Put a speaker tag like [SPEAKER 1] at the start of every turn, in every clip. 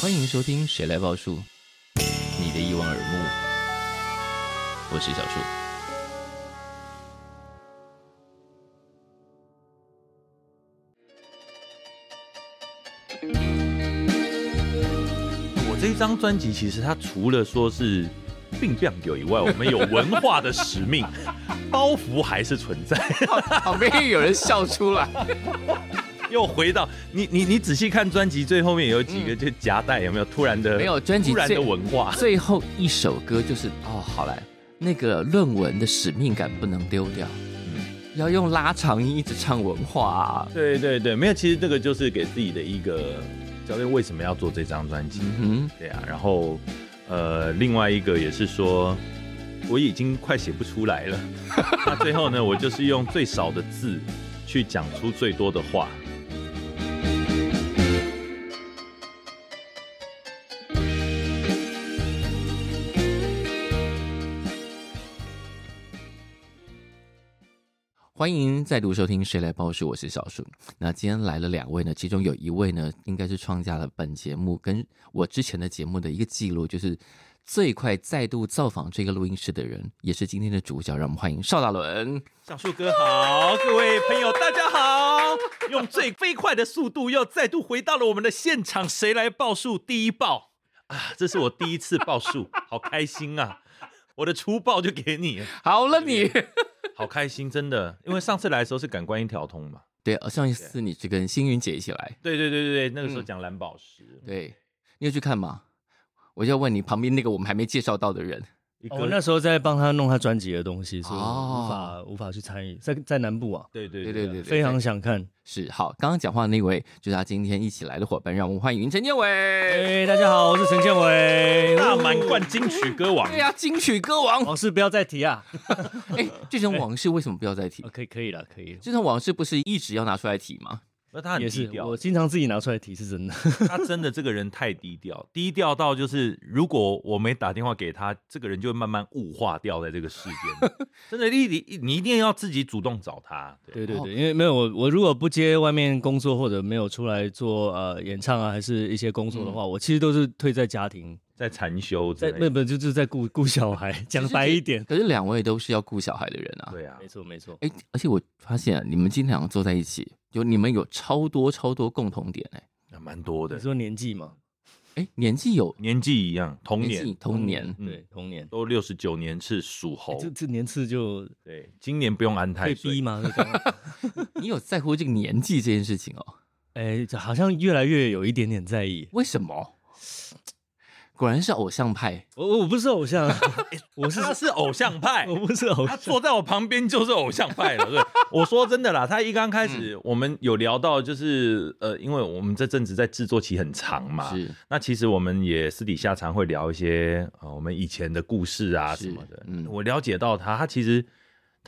[SPEAKER 1] 欢迎收听《谁来报数》，你的一望而目，我是小树。
[SPEAKER 2] 我这一张专辑其实它除了说是并不有以外，我们有文化的使命，包袱还是存在。
[SPEAKER 3] 旁边有人笑出来，
[SPEAKER 2] 又回到你你你仔细看专辑最后面有几个就夹带有没有突然的
[SPEAKER 3] 没有专辑
[SPEAKER 2] 突然
[SPEAKER 3] 最
[SPEAKER 2] 的文化，
[SPEAKER 3] 最后一首歌就是哦，好了，那个论文的使命感不能丢掉，要用拉长音一直唱文化、啊。
[SPEAKER 2] 对对对，没有，其实这个就是给自己的一个教练为什么要做这张专辑，
[SPEAKER 3] 嗯
[SPEAKER 2] 对啊，然后呃，另外一个也是说，我已经快写不出来了。 那最后呢，我就是用最少的字去讲出最多的话。
[SPEAKER 3] 欢迎再度收听《谁来报数》，我是小树。那今天来了两位呢，其中有一位呢，应该是创下了本节目跟我之前的节目的一个记录，就是最快再度造访这个录音室的人，也是今天的主角。让我们欢迎邵大伦。
[SPEAKER 2] 小树哥好，各位朋友大家好，用最飞快的速度又再度回到了我们的现场，谁来报数？第一报啊，这是我第一次报数， 好开心啊！我的初报就给你，
[SPEAKER 3] 好了你，
[SPEAKER 2] 好开心，真的，因为上次来的时候是感官一条通嘛。
[SPEAKER 3] 对，上一次你是跟星云姐一起来，
[SPEAKER 2] 对对对对对，那个时候讲蓝宝石，
[SPEAKER 3] 对，你有去看吗？我就要问你旁边那个我们还没介绍到的人，
[SPEAKER 2] 一
[SPEAKER 4] 我哦那时候在帮他弄他专辑的东西，所以我无法、
[SPEAKER 3] 哦
[SPEAKER 4] 无法去参与，在在南部啊，
[SPEAKER 2] 对对
[SPEAKER 3] 对对对，对
[SPEAKER 4] 非常想看。
[SPEAKER 3] 是好。刚刚讲话那位就是他今天一起来的伙伴，让我们欢迎陈建伟。
[SPEAKER 4] 哎、大家好，我是陈建伟。
[SPEAKER 2] 大满贯金曲歌王
[SPEAKER 3] 哎对呀、啊金曲歌王。
[SPEAKER 4] 往事不要再提啊！
[SPEAKER 3] 哎，这种往事为什么不要再提
[SPEAKER 4] 啊？可以可以了，可以了。
[SPEAKER 3] 这种往事不是一直要拿出来提吗？
[SPEAKER 2] 那他很
[SPEAKER 4] 也
[SPEAKER 2] 低
[SPEAKER 4] 是，
[SPEAKER 2] 调啊
[SPEAKER 4] 我，经常自己拿出来提，是真的。
[SPEAKER 2] 他真的这个人太低调，低调到就是如果我没打电话给他，这个人就会慢慢雾化掉在这个世 间。真的，你你你一定要自己主动找他。对，
[SPEAKER 4] 对对对，因为没有我，我如果不接外面工作或者没有出来做呃演唱啊，还是一些工作的话，我其实都是退在家庭，
[SPEAKER 2] 在禅修之
[SPEAKER 4] 在
[SPEAKER 2] 类
[SPEAKER 4] 不
[SPEAKER 2] 的。
[SPEAKER 4] 不就是在顾顾小孩，讲白一点。
[SPEAKER 3] 可是两位都是要顾小孩的人啊。
[SPEAKER 2] 对啊
[SPEAKER 4] 没，错没错，
[SPEAKER 3] 哎，而且我发现、啊你们经常坐在一起，就你们有超多超多共同点哎、
[SPEAKER 2] 还蛮多
[SPEAKER 4] 你
[SPEAKER 2] 的，
[SPEAKER 4] 说年纪嘛，
[SPEAKER 3] 哎，年纪有
[SPEAKER 2] 年纪一样，童
[SPEAKER 3] 年纪
[SPEAKER 2] 年
[SPEAKER 3] 同年，
[SPEAKER 2] 嗯
[SPEAKER 4] 对童年，
[SPEAKER 2] 都六十九年是属猴
[SPEAKER 4] 哎。这这年次就
[SPEAKER 2] 对，今年不用安
[SPEAKER 4] 被
[SPEAKER 2] 太
[SPEAKER 4] 逼
[SPEAKER 2] 岁。
[SPEAKER 4] 嘛，就这样
[SPEAKER 3] 你有在乎这个年纪这件事情哦？
[SPEAKER 4] 哎，这好像越来越有一点点在意。
[SPEAKER 3] 为什么？果然是偶像派，
[SPEAKER 4] 我我不是 偶像，我是
[SPEAKER 2] 哎他是偶像派，
[SPEAKER 4] 我不是偶
[SPEAKER 2] 他
[SPEAKER 4] 像，
[SPEAKER 2] 坐在我旁边就是偶像派了。 对，我说真的啦，他一刚开
[SPEAKER 4] 嗯
[SPEAKER 2] 始我们有聊到，就是呃，因为我们这阵子在制作期很长嘛，
[SPEAKER 3] 是
[SPEAKER 2] 那其实我们也私底下常会聊一些呃我们以前的故事啊
[SPEAKER 3] 是
[SPEAKER 2] 什么的。
[SPEAKER 3] 嗯
[SPEAKER 2] 我了解到他，他其实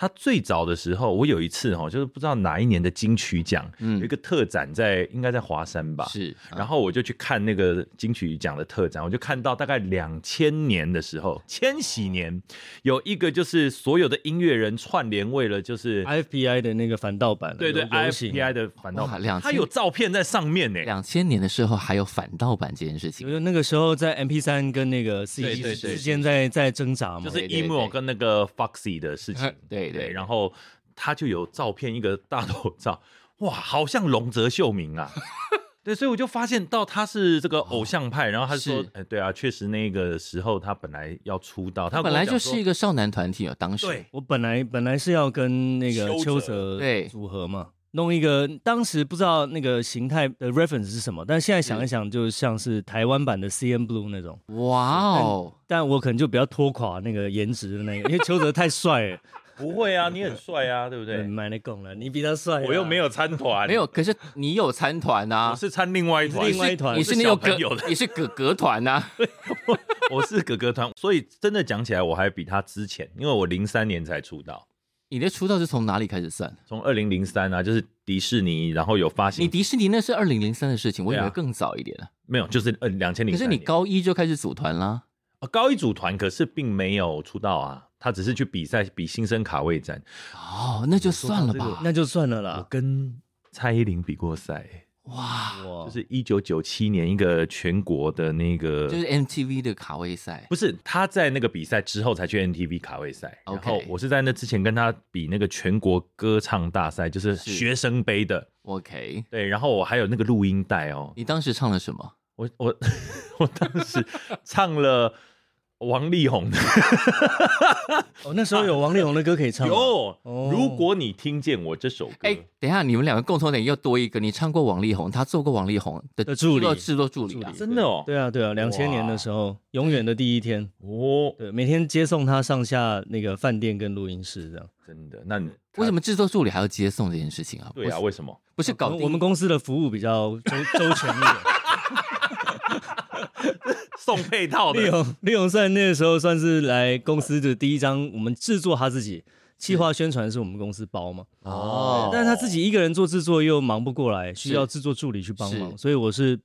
[SPEAKER 2] 他最早的时候，我有一次哈，就是不知道哪一年的金曲奖、
[SPEAKER 3] 嗯
[SPEAKER 2] 有一个特展在，应该在华山吧。
[SPEAKER 3] 是，
[SPEAKER 2] 然后我就去看那个金曲奖的特展，我就看到大概两千年的时候，千禧年有一个就是所有的音乐人串联为了就是。
[SPEAKER 4] FPI 的那个反盗版了，
[SPEAKER 2] 哎对对
[SPEAKER 4] 有游行
[SPEAKER 2] ，IFPI 的反倒
[SPEAKER 3] 哇2000
[SPEAKER 2] 他有照片在上面呢。
[SPEAKER 3] 两千年的时候还有反盗版这件事
[SPEAKER 4] 就
[SPEAKER 3] 情，
[SPEAKER 4] 是那个时候在 MP 三跟那个 CD
[SPEAKER 2] 对对对
[SPEAKER 4] 之间在在挣扎
[SPEAKER 2] 就
[SPEAKER 4] 嘛，
[SPEAKER 2] 是
[SPEAKER 3] 哦
[SPEAKER 2] E
[SPEAKER 3] 对对，
[SPEAKER 2] emo 跟那个 Foxy 的事情
[SPEAKER 3] 对对对
[SPEAKER 2] 然后他就有照片一个大头照， 哇，好像龙泽秀明 啊。对，所以我就发现到他是这个偶像派，然后他说
[SPEAKER 3] 是，
[SPEAKER 2] 哎，对啊，确实那个时候他本来要出道，他
[SPEAKER 3] 本来就是一
[SPEAKER 2] 个
[SPEAKER 3] 个少男团体哦，当时
[SPEAKER 2] 对，
[SPEAKER 4] 我本来本来是要跟那个
[SPEAKER 2] 邱
[SPEAKER 4] 邱
[SPEAKER 2] 泽
[SPEAKER 4] 泽
[SPEAKER 3] 对
[SPEAKER 4] 组合嘛，弄一个当时不知道那个形态的 reference 是什么，但现在想一想，就像是台湾版的 CN Blue 那种，
[SPEAKER 3] 哇哦，
[SPEAKER 4] 但我可能就比较拖垮那个颜值的那个，因为邱泽太帅了，嗯
[SPEAKER 2] 不会啊，你很帅啊， 对不对？
[SPEAKER 4] 买那拱了，你比他帅啊，
[SPEAKER 2] 我又没有参团，
[SPEAKER 3] 没有，可是你有参团啊
[SPEAKER 2] 我
[SPEAKER 3] 呐，
[SPEAKER 2] 是参另外一团，
[SPEAKER 4] 你是另外一团
[SPEAKER 3] 你
[SPEAKER 2] 是
[SPEAKER 3] 是那个
[SPEAKER 2] 小朋友
[SPEAKER 3] 哥，你是哥哥团啊呐，
[SPEAKER 2] 我是哥哥团，所以真的讲起来，我还比他之前，因为我零三年才出道，
[SPEAKER 3] 你的出道是从哪里开始算？
[SPEAKER 2] 从二零零三啊，就是迪士尼，然后有发行，
[SPEAKER 3] 你迪士尼那是二零零三的事情，我以
[SPEAKER 2] 对
[SPEAKER 3] 为
[SPEAKER 2] 啊
[SPEAKER 3] 更早一点呢。
[SPEAKER 2] 没有，就是呃两千零。
[SPEAKER 3] 可是你高一就开始组团啦，
[SPEAKER 2] 呃高一组团，可是并没有出道啊，他只是去比赛比新生卡位战。
[SPEAKER 3] 哦，那就算了吧。
[SPEAKER 4] 那就算了
[SPEAKER 3] 啊
[SPEAKER 2] 我
[SPEAKER 4] 啦。
[SPEAKER 2] 跟蔡依林比过赛，
[SPEAKER 3] 哇，
[SPEAKER 4] 哇
[SPEAKER 2] 就是一九九七年一个全国的那个，
[SPEAKER 3] 就是 MTV 的卡位赛
[SPEAKER 2] 不是他在那个比赛之后才去 NTV 卡位赛，然
[SPEAKER 3] OK
[SPEAKER 2] 后我是在那之前跟他比那个全国歌唱大赛，就是
[SPEAKER 3] 是
[SPEAKER 2] 学生杯的。
[SPEAKER 3] ，OK。
[SPEAKER 2] 对，然后我还有那个录音带 哦，
[SPEAKER 3] 你当时唱了什么？
[SPEAKER 2] 我我 我当时唱了王力宏的，
[SPEAKER 4] 哦，那时候有王力宏的歌可以唱吗。
[SPEAKER 2] 有，
[SPEAKER 4] 哦
[SPEAKER 2] 如果你听见我这首歌，
[SPEAKER 3] 哎、等一下，你们两个共同点又多一个，你唱过王力宏，他做过王力宏的
[SPEAKER 4] 的
[SPEAKER 3] 制
[SPEAKER 4] 助理
[SPEAKER 3] 作制作助理啊
[SPEAKER 4] 助理。
[SPEAKER 2] 真的哦，
[SPEAKER 4] 对啊，对啊，两千年的时候，永远的第一天，
[SPEAKER 2] 哦，
[SPEAKER 4] 对，每天接送他上下那个饭店跟录音室这样。
[SPEAKER 2] 真的，那你
[SPEAKER 3] 为什么制作助理还要接送这件事情啊？
[SPEAKER 2] 对啊？
[SPEAKER 3] 不是
[SPEAKER 2] 为什么？
[SPEAKER 3] 不是搞定
[SPEAKER 4] 我们公司的服务比较周周全一点。
[SPEAKER 2] 送配套
[SPEAKER 4] 利
[SPEAKER 2] 的，
[SPEAKER 4] 用利用算那个时候算是来公司的第一张，我们制作他自己。企划宣传是我们公司包嘛，
[SPEAKER 3] 哦，
[SPEAKER 4] 但是他自己一个人做制作又忙不过来，需要制作助理去帮忙，
[SPEAKER 3] 是
[SPEAKER 4] 所以我是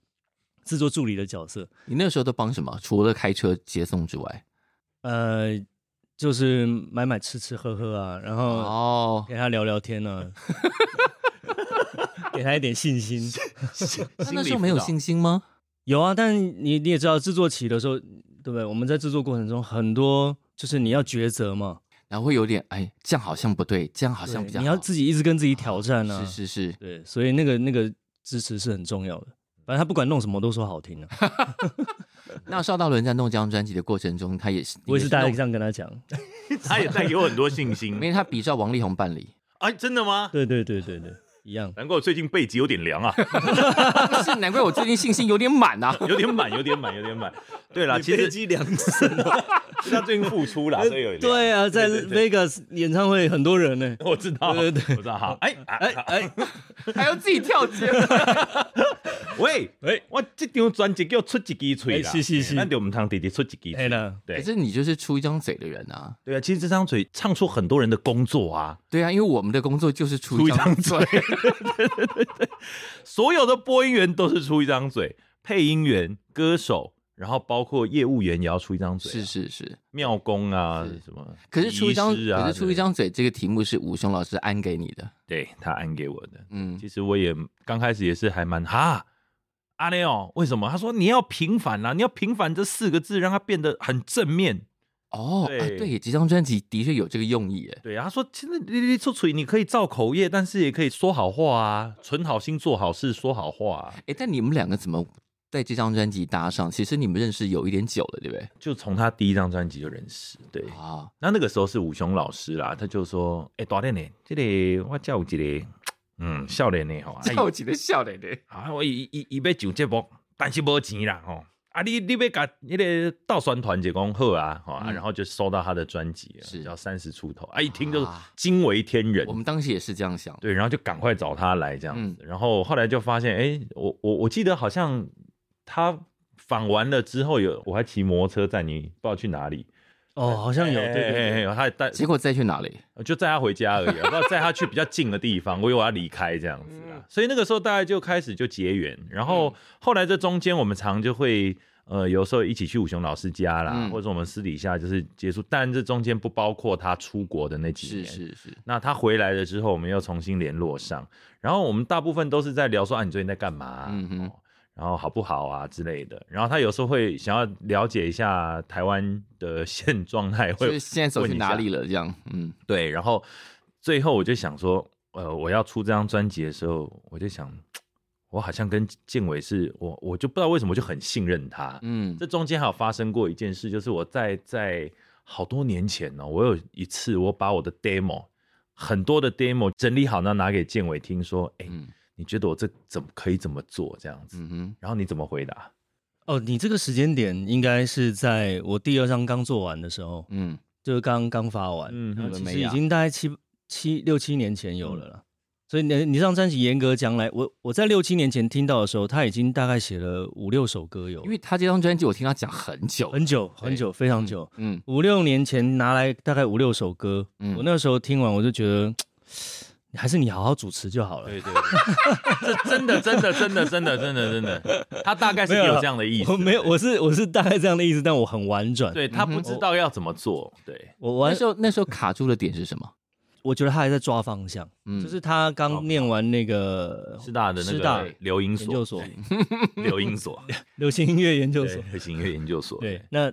[SPEAKER 4] 制作助理的角色。
[SPEAKER 3] 你那时候都帮什么？除了开车接送之外，
[SPEAKER 4] 呃，就是买买吃吃喝喝啊，然后
[SPEAKER 3] 哦，
[SPEAKER 4] 给他聊聊天啊， 给他一点信心。
[SPEAKER 3] 那
[SPEAKER 2] 那
[SPEAKER 3] 那时候没有信心吗？
[SPEAKER 4] 有啊，但你你也知道，制作期的时候，对不对？我们在制作过程中很多就是你要抉择嘛，
[SPEAKER 3] 然后会有点哎，这样好像不对，这样好像比
[SPEAKER 4] 对
[SPEAKER 3] 较
[SPEAKER 4] 你要
[SPEAKER 3] 好
[SPEAKER 4] 自己一直跟自己挑战啊。
[SPEAKER 3] 是是是，
[SPEAKER 4] 对，所以那个那个支持是很重要的。反正他不管弄什么都说好听的、啊，
[SPEAKER 3] 那邵大伦在弄这张专辑的过程中，他也是，
[SPEAKER 4] 我也是大家
[SPEAKER 3] 弄
[SPEAKER 4] 这样跟他讲。
[SPEAKER 2] 他也带给我很多信
[SPEAKER 3] 因
[SPEAKER 2] 心。
[SPEAKER 3] 为他比照王力宏办理，
[SPEAKER 2] 哎，真的吗？
[SPEAKER 4] 对对对对对，一 样。
[SPEAKER 2] 难怪我最近背脊有点凉啊，
[SPEAKER 3] 不是难怪我最近信心有点满啊。
[SPEAKER 2] 有点满，有点满，有点满。对啦，其实
[SPEAKER 4] 机两次，
[SPEAKER 2] 他最近复出啦，所以有点凉
[SPEAKER 4] 对啊，在
[SPEAKER 2] 对对对
[SPEAKER 4] Vegas 演唱会很多人呢、
[SPEAKER 2] 我知道，
[SPEAKER 4] 对对对
[SPEAKER 2] 我知道哈。哎
[SPEAKER 4] 哎
[SPEAKER 2] 哎，
[SPEAKER 4] 哎，
[SPEAKER 3] 还要自己跳街舞。
[SPEAKER 2] 喂
[SPEAKER 4] 喂
[SPEAKER 2] 我这张专辑叫出一支嘴啦，
[SPEAKER 4] 哎是是是
[SPEAKER 2] 那就我们堂弟弟出一支嘴。
[SPEAKER 4] 哎了，
[SPEAKER 2] 对
[SPEAKER 3] 可是你就是出一张嘴的人啊，
[SPEAKER 2] 对啊，其实这张嘴唱出很多人的工作啊，
[SPEAKER 3] 对啊，因为我们的工作就是出
[SPEAKER 2] 出
[SPEAKER 3] 一
[SPEAKER 2] 一
[SPEAKER 3] 张
[SPEAKER 2] 张嘴
[SPEAKER 3] 嘴，
[SPEAKER 2] 所有的播音员都是出一张嘴，配音员、歌手，然后包括业务员也要出一张嘴啊、
[SPEAKER 3] 是是是。
[SPEAKER 2] 妙工啊
[SPEAKER 3] 是
[SPEAKER 2] 什么。
[SPEAKER 3] 可是出一张，
[SPEAKER 2] 医师啊
[SPEAKER 3] 可是出一张嘴，这个题目是武雄老师安给你的，
[SPEAKER 2] 对他按给我的。
[SPEAKER 3] 嗯，
[SPEAKER 2] 其实我也刚开始也是还蛮哈。阿内哦，为什么？他说你要平凡啦、你要平凡这四个字，让它变得很正面。
[SPEAKER 3] 哦，
[SPEAKER 2] 对
[SPEAKER 3] 啊对，这张专辑的确有这个用意耶，
[SPEAKER 2] 对啊，他说其实哩哩出嘴，你可以造口业，但是也可以说好话啊，存好心做好事，说好话、啊。
[SPEAKER 3] 哎，但你们两个怎么在这张专辑搭上？其实你们认识有一点久了，对不对？
[SPEAKER 2] 就从他第一张专辑就认识。对，
[SPEAKER 3] 啊，
[SPEAKER 2] 那那个时候是武雄老师啦，他就说：“哎、大练呢，这里、我叫有一个，嗯，少年呢吼，哎
[SPEAKER 3] 叫起的笑脸的，
[SPEAKER 2] 啊，我伊伊伊要上节目，但是无钱啦吼。啊，你你要甲迄个倒宣团就讲好啊，吼、啊
[SPEAKER 3] 嗯
[SPEAKER 2] 然后就收到他的专辑了，
[SPEAKER 3] 是
[SPEAKER 2] 只要三十出头，啊，一听就是
[SPEAKER 3] 啊
[SPEAKER 2] 惊为天人
[SPEAKER 3] 我。们嗯当时也是这样想，
[SPEAKER 2] 对，然后就赶快找他来这样子，然后后来就发现，哎，我我我记得好像他访完了之后有，我还骑摩托车载你不知道去哪里，
[SPEAKER 4] 哦，好像有，对对
[SPEAKER 2] 哎
[SPEAKER 4] 对，
[SPEAKER 2] 哎哎他带
[SPEAKER 3] 结果再去哪里？
[SPEAKER 2] 呃就载他回家而已，我不知道载他去比较近的地方，我以为我要离开这样子
[SPEAKER 3] 嗯
[SPEAKER 2] 啊，所以那个时候大概就开始就结缘，然后后来这中间我们常就会。呃，有时候一起去武雄老师家啦，
[SPEAKER 3] 嗯
[SPEAKER 2] 或者我们私底下就是接触，但这中间不包括他出国的那几
[SPEAKER 3] 是
[SPEAKER 2] 年。
[SPEAKER 3] 是是，
[SPEAKER 2] 那他回来了之后，我们又重新联络上，然后我们大部分都是在聊说啊，你最近在干嘛、
[SPEAKER 3] 嗯哼
[SPEAKER 2] 哦然后好不好啊之类的。然后他有时候会想要了解一下台湾的 现状态，
[SPEAKER 3] 就
[SPEAKER 2] 会
[SPEAKER 3] 是现在走
[SPEAKER 2] 问
[SPEAKER 3] 去
[SPEAKER 4] 啊
[SPEAKER 2] 一下
[SPEAKER 3] 哪里了？这样，嗯，
[SPEAKER 2] 对，然后最后我就想说，呃，我要出这张专辑的时候，我就想，我好像跟建伟是我，我就不知道为什么我就很信任他。
[SPEAKER 3] 嗯
[SPEAKER 2] 这中间还有发生过一件事，就是我在在好多年前呢、我有一次我把我的 demo 很多的 demo 整理好，那拿给建伟听，说，哎、
[SPEAKER 3] 嗯
[SPEAKER 2] 你觉得我这怎么可以怎么做这样子？
[SPEAKER 3] 嗯哼，
[SPEAKER 2] 然后你怎么回答？
[SPEAKER 4] 哦，你这个时间点应该是在我第二张刚做完的时候，
[SPEAKER 3] 嗯，
[SPEAKER 4] 就是刚刚发完，
[SPEAKER 2] 嗯
[SPEAKER 4] 然后
[SPEAKER 3] 哼
[SPEAKER 4] 其
[SPEAKER 3] 美啊嗯
[SPEAKER 4] 实已
[SPEAKER 3] 雅
[SPEAKER 4] 经大概七七六七年前有了啦。所以你你这张专辑严格讲来，我我在六七年前听到的时候，他已经大概写了五六首歌有，
[SPEAKER 3] 因为他这张专辑我听他讲很久，
[SPEAKER 4] 很久很久非常久，
[SPEAKER 3] 嗯，
[SPEAKER 4] 五六年前拿来大概五六首歌，
[SPEAKER 3] 嗯
[SPEAKER 4] 我那时候听完我就觉得，还是你好好主持就好 了。
[SPEAKER 2] 对对，对这真的真的真的真的真的真的，他大概是
[SPEAKER 4] 没有
[SPEAKER 2] 有
[SPEAKER 4] 了
[SPEAKER 2] 这样的意思
[SPEAKER 4] 我。没有，我是我是大概这样的意思，但我很婉转。
[SPEAKER 2] 对他不知道要怎么做，对，
[SPEAKER 4] 我
[SPEAKER 3] 那
[SPEAKER 4] 完
[SPEAKER 3] 时候那时候卡住的点是什么？
[SPEAKER 4] 我觉得他还在抓方向，
[SPEAKER 3] 嗯，
[SPEAKER 4] 就是他刚念完那个
[SPEAKER 2] 师大的那
[SPEAKER 4] 哦师大
[SPEAKER 2] 个留音
[SPEAKER 4] 研究
[SPEAKER 2] 所，
[SPEAKER 4] 所、
[SPEAKER 2] 留音所，
[SPEAKER 4] 流行音 乐研究
[SPEAKER 2] 对
[SPEAKER 4] 所，，
[SPEAKER 2] 流行音乐研究所，
[SPEAKER 4] 对，那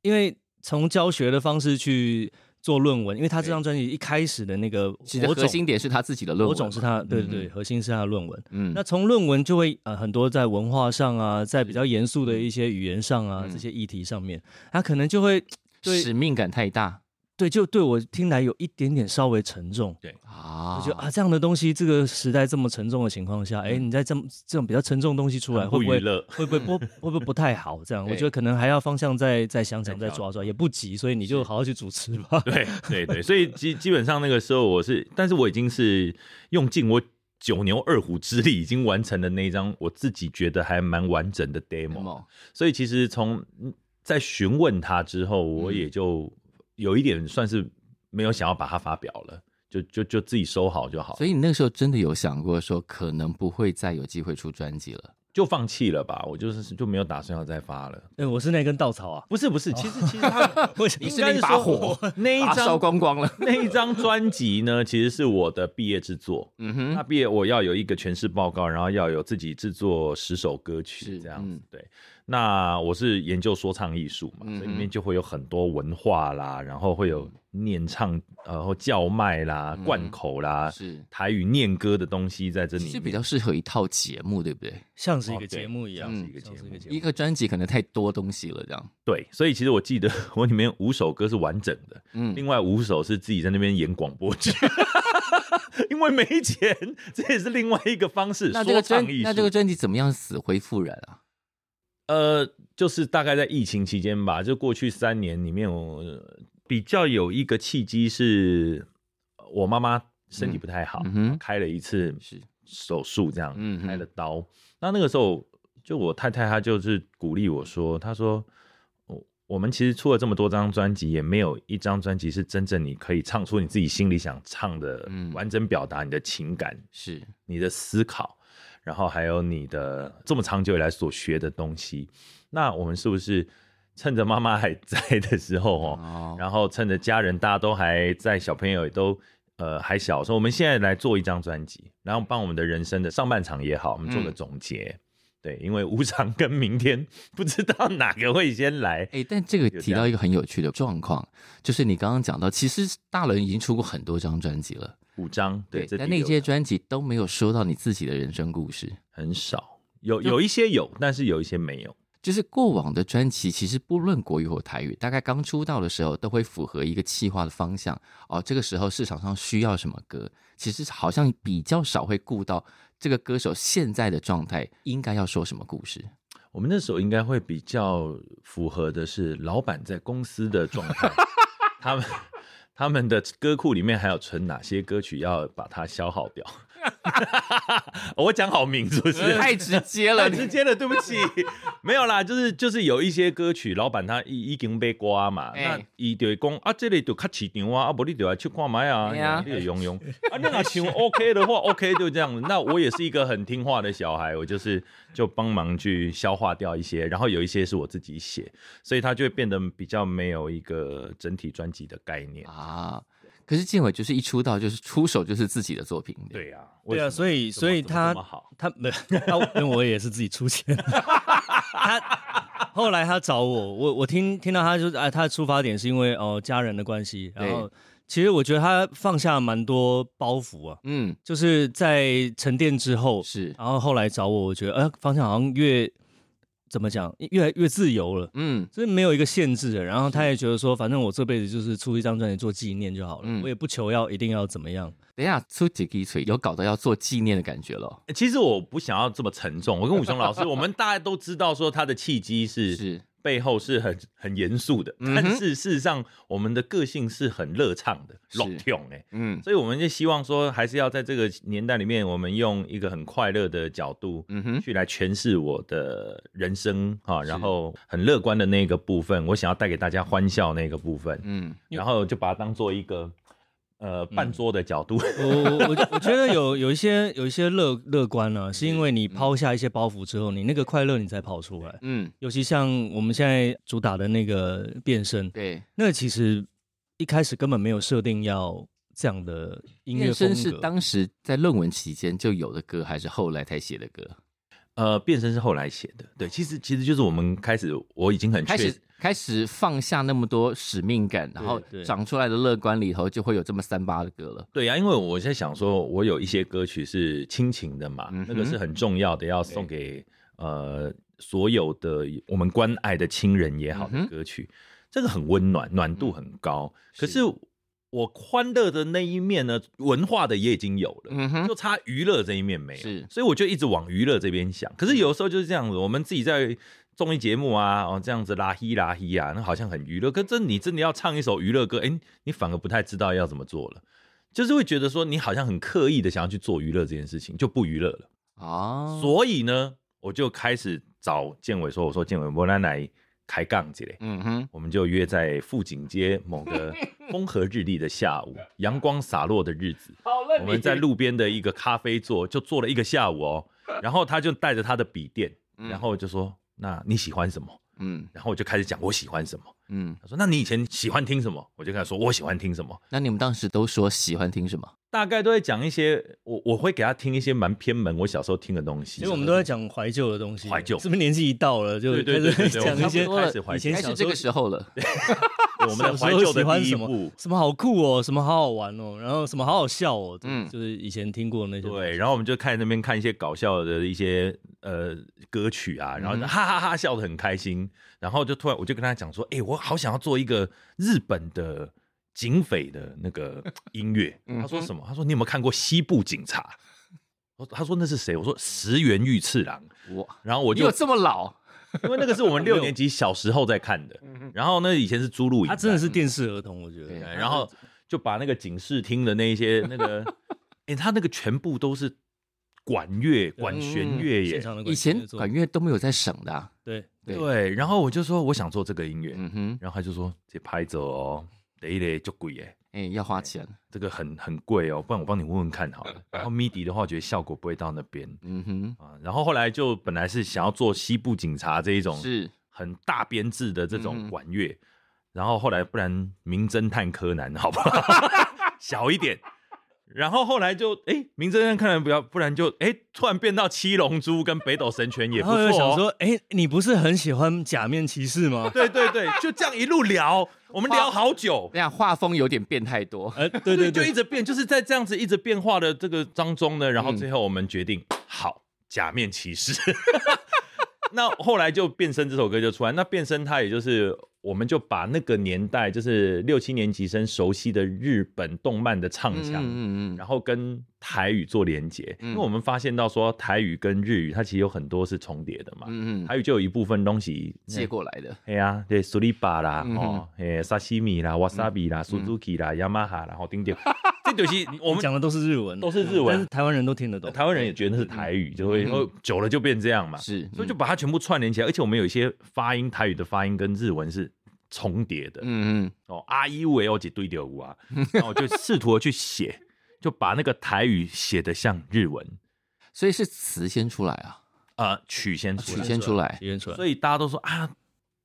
[SPEAKER 4] 因为从教学的方式去做论文，因为他这张专辑一开始的那个
[SPEAKER 3] 其实
[SPEAKER 4] 火
[SPEAKER 3] 核
[SPEAKER 4] 种，
[SPEAKER 3] 心点是他自己的论
[SPEAKER 4] 火
[SPEAKER 3] 文，
[SPEAKER 4] 种是他，对对对，
[SPEAKER 3] 嗯
[SPEAKER 4] 核心是他的论文。
[SPEAKER 3] 嗯
[SPEAKER 4] 那从论文就会呃很多在文化上啊，在比较严肃的一些语言上
[SPEAKER 3] 嗯
[SPEAKER 4] 啊，这些议题上面，他可能就会对
[SPEAKER 3] 使命感太大
[SPEAKER 4] 对，就对我听来有一点点稍微沉重。
[SPEAKER 3] 啊，
[SPEAKER 4] 我觉得啊，这样的东西，这个时代这么沉重的情况下，哎、你在这么这种比较沉重的东西出来，
[SPEAKER 2] 很不
[SPEAKER 4] 会不
[SPEAKER 2] 娱
[SPEAKER 4] 会，
[SPEAKER 2] 乐
[SPEAKER 4] 会不会不会不会不太好？这样，我
[SPEAKER 3] 对
[SPEAKER 4] 觉得可能还要方向再再想想
[SPEAKER 3] 再
[SPEAKER 4] 再
[SPEAKER 3] 调
[SPEAKER 4] 抓抓，也不急，所以你就好好去主持吧。
[SPEAKER 2] 对对对，所以基基本上那个时候我是，但是我已经是用尽我九牛二虎之力，已经完成了那一张我自己觉得还蛮完整的 demo。
[SPEAKER 4] 哦
[SPEAKER 3] 某
[SPEAKER 2] 所以其实从嗯在询问他之后，我
[SPEAKER 4] 嗯
[SPEAKER 2] 也就有一点算是没有想要把它发表了，就就就自己收好就好，
[SPEAKER 3] 所以你那个时候真的有想过说，可能不会再有机会出专辑了？
[SPEAKER 2] 就放弃了吧。我就是就没有打算要再发了。
[SPEAKER 4] 嗯，我是那根稻草啊，
[SPEAKER 2] 不是不是，其实其实 他
[SPEAKER 4] 我想
[SPEAKER 3] 哦你
[SPEAKER 2] 应
[SPEAKER 3] 是
[SPEAKER 2] 该
[SPEAKER 3] 那
[SPEAKER 2] 是
[SPEAKER 3] 把
[SPEAKER 2] 说
[SPEAKER 3] 火，
[SPEAKER 2] 那一
[SPEAKER 3] 把它烧
[SPEAKER 2] 张
[SPEAKER 3] 光光了。
[SPEAKER 2] 那一张专辑呢，其实是我的毕业制作。
[SPEAKER 3] 嗯
[SPEAKER 2] 那
[SPEAKER 3] 哼，
[SPEAKER 2] 毕业我要有一个诠释报告，然后要有自己制作十首歌曲
[SPEAKER 3] 是
[SPEAKER 2] 这样子。
[SPEAKER 3] 嗯
[SPEAKER 2] 对，那我是研究说唱艺术嘛，
[SPEAKER 3] 嗯哼
[SPEAKER 2] 所以里面就会有很多文化啦，然后会有念唱，然后叫卖啦、
[SPEAKER 3] 嗯
[SPEAKER 2] 贯口啦、
[SPEAKER 3] 是
[SPEAKER 2] 台语念歌的东西在这里
[SPEAKER 3] 是
[SPEAKER 2] 面。
[SPEAKER 3] 比较适合一套节目，对不对？
[SPEAKER 4] 像是一
[SPEAKER 2] 哦
[SPEAKER 4] 个
[SPEAKER 2] 对
[SPEAKER 4] 节目一样，
[SPEAKER 2] 像是一个节
[SPEAKER 4] 像是一
[SPEAKER 2] 目
[SPEAKER 4] 个节
[SPEAKER 3] 一
[SPEAKER 4] 目。
[SPEAKER 3] 个专辑可能太多东西了，这样。
[SPEAKER 2] 对，所以其实我记得我里面五首歌是完整的，
[SPEAKER 3] 嗯，
[SPEAKER 2] 另外五首是自己在那边演广播剧。 因为没钱，这也是另外一个方式。
[SPEAKER 3] 那这个
[SPEAKER 2] 说唱
[SPEAKER 3] 专
[SPEAKER 2] 艺术
[SPEAKER 3] 那这个专辑怎么样死灰复燃啊？
[SPEAKER 2] 呃，就是大概在疫情期间吧，就过去三年里面，我呃比较有一个契机是，呃我妈妈身体不太好，
[SPEAKER 3] 嗯哼，
[SPEAKER 2] 开了一次
[SPEAKER 3] 是
[SPEAKER 2] 手术，这样，
[SPEAKER 3] 嗯哼
[SPEAKER 2] 开了刀。那那个时候，就我太太她就是鼓励我说，她说，我我们其实出了这么多张专辑，也没有一张专辑是真正你可以唱出你自己心里想唱的，
[SPEAKER 3] 嗯
[SPEAKER 2] 完整表达你的情感，
[SPEAKER 3] 是，
[SPEAKER 2] 你的思考，然后还有你的这么长久以来所学的东西。那我们是不是趁着妈妈还 在的时候哦，
[SPEAKER 3] 哦，
[SPEAKER 2] 然后趁着家人大家都还在，小朋友也都呃还小，说我们现在来做一张专辑，然后帮我们的人生的上半场也好，我们做个
[SPEAKER 3] 嗯
[SPEAKER 2] 总结。对，因为无常跟明天不知道哪个会先来。
[SPEAKER 3] 哎，但这个
[SPEAKER 2] 这
[SPEAKER 3] 提到一个很有趣的状况，就是你刚刚讲到，其实大伦已经出过很多张专辑了，
[SPEAKER 2] 五张，对，这
[SPEAKER 3] 但
[SPEAKER 2] 第
[SPEAKER 3] 那
[SPEAKER 2] 六
[SPEAKER 3] 些
[SPEAKER 2] 张
[SPEAKER 3] 专辑都没有说到你自己的人生故事。
[SPEAKER 2] 很少，有有一些有，但是有一些没有。
[SPEAKER 3] 就是过往的专辑，其实不论国语或台语，大概刚出道的时候都会符合一个企划的方向哦。这个时候市场上需要什么歌，其实好像比较少会顾到这个歌手现在的状态应该要说什么故事。
[SPEAKER 2] 我们那时候应该会比较符合的是老板在公司的状态，他们他们的歌库里面还有存哪些歌曲要把它消耗掉。 我讲好明是不 是？
[SPEAKER 3] 太直接了，
[SPEAKER 2] 太直接了，对不起， 没有啦，就是就是有一些歌曲，老板他已已经被刮嘛，
[SPEAKER 3] 哎
[SPEAKER 2] 那伊就会讲啊，这里就较市场啊，啊不你就来去看卖啊
[SPEAKER 3] 哎呀，
[SPEAKER 2] 你就用用啊，你若想 OK 的话，OK 就这样。那我也是一个很听话的小孩，我就是就帮忙去消化掉一些，然后有一些是我自己写，所以它就会变得比较没有一个整体专辑的概念。
[SPEAKER 3] 啊！可是建伟就是一出道就是出手就是自己的作品，，
[SPEAKER 2] 对呀、啊，
[SPEAKER 4] 对啊，所以所以他
[SPEAKER 2] 怎么这么好
[SPEAKER 4] 他 没他，因为我也是自己出钱。 他后来他找我，我我听听到他就啊，他的出发点是因为哦家人的关系，然后其实我觉得他放下蛮多包袱啊，
[SPEAKER 3] 嗯，
[SPEAKER 4] 就是在沉淀之后，
[SPEAKER 3] 是，
[SPEAKER 4] 然后后来找我，我觉得呃方向好像越怎么讲越来越自由了。
[SPEAKER 3] 嗯
[SPEAKER 4] 就是没有一个限制的，然后他也觉得说，反正我这辈子就是出一张专辑做纪念就好了，
[SPEAKER 3] 嗯
[SPEAKER 4] 我也不求要一定要怎 么样。
[SPEAKER 3] 等一下出几滴水，有搞得要做纪念的感觉了，
[SPEAKER 2] 欸其实我不想要这么沉重。我跟武雄老师，我们大家都知道说他的契机是
[SPEAKER 3] 是
[SPEAKER 2] 背后是很很严肃的，
[SPEAKER 3] 嗯哼
[SPEAKER 2] 但是事实上我们的个性是很热畅的，
[SPEAKER 3] 是
[SPEAKER 2] 老跳哎，
[SPEAKER 3] 嗯
[SPEAKER 2] 所以我们就希望说，还是要在这个年代里面，我们用一个很快乐的角度
[SPEAKER 3] 嗯哼，
[SPEAKER 2] 去来诠释我的人生哈，
[SPEAKER 3] 是
[SPEAKER 2] 然后很乐观的那个部分，我想要带给大家欢笑那个部分，
[SPEAKER 3] 嗯
[SPEAKER 2] 然后就把它当做一个呃半桌的角度，
[SPEAKER 4] 我我我我觉得有有一些有一些乐乐观呢、是因为你抛下一些包袱之后，你那个快乐你才跑出来。
[SPEAKER 3] 嗯，
[SPEAKER 4] 尤其像我们现在主打的那个变身，
[SPEAKER 3] 对，
[SPEAKER 4] 那个其实一开始根本没有设定要这样的音乐
[SPEAKER 3] 变
[SPEAKER 4] 风
[SPEAKER 3] 身
[SPEAKER 4] 格。
[SPEAKER 3] 是当时在论文期间就有的歌，还是后来才写的歌？
[SPEAKER 2] 呃，变身是后来写的，对，其实其实就是我们开始，我已经很
[SPEAKER 3] 开
[SPEAKER 2] 确
[SPEAKER 3] 始开始放下那么多使命感，然后
[SPEAKER 4] 对
[SPEAKER 3] 长出来的乐观里头就会有这么三八的歌了。
[SPEAKER 2] 对啊呀、因为我在想说，我有一些歌曲是亲情的嘛，
[SPEAKER 3] 嗯哼
[SPEAKER 2] 那个是很重要的，要送给呃所有的我们关爱的亲人也好
[SPEAKER 3] 嗯
[SPEAKER 2] 的
[SPEAKER 3] 哼嗯
[SPEAKER 2] 歌曲，这个很温暖，暖度很高。可是我欢乐的那一面呢，文化的也已经有了。
[SPEAKER 3] 嗯哼，
[SPEAKER 2] 就差娱乐这一面没有，
[SPEAKER 3] 是嗯
[SPEAKER 2] 所以我就一直往娱乐这边想。可是有时候就是这样子，我们自己在综艺节目啊，哦这样子拉稀拉稀啊，那好像很娱乐。可真你真的要唱一首娱乐歌，哎、你反而不太知道要怎么做了，就是会觉得说你好像很刻意的想要去做娱乐这件事情，就不娱乐了。
[SPEAKER 3] 哦，
[SPEAKER 2] 所以呢，我就开始找建伟说，我说建伟，我来来开杠起来。
[SPEAKER 3] 嗯哼，
[SPEAKER 2] 我们就约在富锦街某个风和日丽的下午，阳光洒落的日子，我们在路边的一个咖啡座就坐了一个下午哦。然后他就带着他的笔电，
[SPEAKER 3] 嗯
[SPEAKER 2] 然后就说：“那你喜欢什么
[SPEAKER 3] 嗯？”
[SPEAKER 2] 然后我就开始讲我喜欢什么。
[SPEAKER 3] 嗯，
[SPEAKER 2] 他说：“那你以前喜欢听什么？”我就跟他说：“我喜欢听什么。
[SPEAKER 3] 那你们当时都说喜欢听什么？”
[SPEAKER 2] 大概都会讲一些，我我会给他听一些蛮偏门我小时候听的东西。
[SPEAKER 4] 其实我们都在讲怀旧的东西，
[SPEAKER 2] 怀旧
[SPEAKER 4] 是不是年纪一到了就
[SPEAKER 2] 对对对
[SPEAKER 4] 开
[SPEAKER 2] 对
[SPEAKER 4] 始
[SPEAKER 2] 对
[SPEAKER 4] 讲一
[SPEAKER 3] 我们差不
[SPEAKER 4] 些
[SPEAKER 3] 多了
[SPEAKER 4] 以
[SPEAKER 2] 开始怀旧
[SPEAKER 4] 前
[SPEAKER 3] 开
[SPEAKER 4] 小
[SPEAKER 3] 始这个时候了，
[SPEAKER 2] 对我们的
[SPEAKER 4] 小
[SPEAKER 2] 怀
[SPEAKER 4] 时候
[SPEAKER 2] 旧的
[SPEAKER 4] 喜欢
[SPEAKER 2] 第一
[SPEAKER 4] 什么
[SPEAKER 2] 步。
[SPEAKER 4] 什么好酷哦，什么好好玩哦，然后什么好好笑哦，
[SPEAKER 3] 嗯
[SPEAKER 4] 嗯，就是以前听过的那些，
[SPEAKER 2] 对，然后我们就看那边看一些搞笑的一些呃歌曲啊，然后
[SPEAKER 4] 嗯
[SPEAKER 2] 就哈哈哈笑得很开心，然后就突然我就跟他讲说，哎、我好想要做一个日本的警匪的那 个音乐。
[SPEAKER 4] 嗯
[SPEAKER 2] 他说什么？他说你有没有看过《西部警察》？我他说那是谁？我说石原裕次郎。
[SPEAKER 3] 哇，
[SPEAKER 2] 然后我
[SPEAKER 3] 你
[SPEAKER 2] 就
[SPEAKER 3] 有这么老？
[SPEAKER 2] 因为那个是我 们六年级小时候在看的，然后那以前是租录影带，
[SPEAKER 4] 嗯他真的是电视儿童，我觉
[SPEAKER 3] 对
[SPEAKER 4] 得。
[SPEAKER 2] 对，然后就把那个警视厅的那一些那个，哎、他那个全部都是管乐、管弦乐
[SPEAKER 4] 嗯现
[SPEAKER 2] 耶。
[SPEAKER 4] 场的
[SPEAKER 3] 以前管乐都没有在省的啊、
[SPEAKER 4] 对，
[SPEAKER 3] 对
[SPEAKER 2] 对，然后我就说我想做这个音乐，
[SPEAKER 3] 嗯哼，
[SPEAKER 2] 然后他就说这拍走哦，得一得就贵耶，
[SPEAKER 3] 哎、要花钱，
[SPEAKER 2] 这个很很贵哦，不然我帮你问问看好了。然后 MIDI 的话，我觉得效果不会到那边
[SPEAKER 3] 嗯哼，
[SPEAKER 2] 啊。然后后来就本来是想要做西部警察这一种
[SPEAKER 3] 是
[SPEAKER 2] 很大编制的这种
[SPEAKER 3] 嗯
[SPEAKER 2] 管乐，然后后来不然名侦探柯南好不 好？小一点，然后后来就哎，名侦探柯南不要，不然就哎，突然变到七龙珠跟北斗神拳也
[SPEAKER 4] 然
[SPEAKER 2] 不
[SPEAKER 4] 后
[SPEAKER 2] 错、
[SPEAKER 4] 又
[SPEAKER 2] 哦。？
[SPEAKER 4] 想说，哎，你不是很喜欢假面骑士吗
[SPEAKER 2] 对对对，就这样一路聊，我们聊好久，
[SPEAKER 3] 那样画风有点变太多。
[SPEAKER 4] 哎，对对
[SPEAKER 2] 就一
[SPEAKER 4] 对，
[SPEAKER 2] 直变，就是在这样子一直变化的这个当中呢，然后最后我们决定，好，假面骑士。 那后来就变身这首歌就出来，那变身它也就是，我们就把那个年代就是六七年级生熟悉的日本动漫的唱
[SPEAKER 3] 嗯
[SPEAKER 2] 腔，
[SPEAKER 3] 嗯嗯
[SPEAKER 2] 然后跟台语做连接，
[SPEAKER 3] 嗯
[SPEAKER 2] 因为我们发现到说台语跟日语它其实有很多是重叠的嘛，
[SPEAKER 3] 嗯嗯嗯，
[SPEAKER 2] 台语就有一部分东西
[SPEAKER 3] 借过来的，
[SPEAKER 2] 哎呀，对，苏里巴啦，
[SPEAKER 3] 嗯
[SPEAKER 2] 哦，哎，沙西米啦，瓦萨比啦，苏朱基啦，雅马哈啦，哦，丁丁，这就是我
[SPEAKER 4] 我
[SPEAKER 2] 们
[SPEAKER 4] 们讲的都是日文，
[SPEAKER 2] 都是日文
[SPEAKER 4] 但是台湾人都听得懂。
[SPEAKER 2] 台湾人也觉得那是台语，就会哦久了就变这样嘛，
[SPEAKER 3] 嗯是，嗯
[SPEAKER 2] 所以就把它全部串联起来，而且我们有一些发音，台语的发音跟日文是重叠的，
[SPEAKER 3] 嗯嗯
[SPEAKER 2] 哦，阿一维哦，几堆丢五啊，然后我就试图地去写，就把那个台语写得像日文，
[SPEAKER 3] 嗯，所以是词先出来啊，
[SPEAKER 2] 呃，曲先出
[SPEAKER 3] 曲
[SPEAKER 2] 来，
[SPEAKER 3] 先出来，
[SPEAKER 4] 体验出来，
[SPEAKER 2] 所以大家都说啊，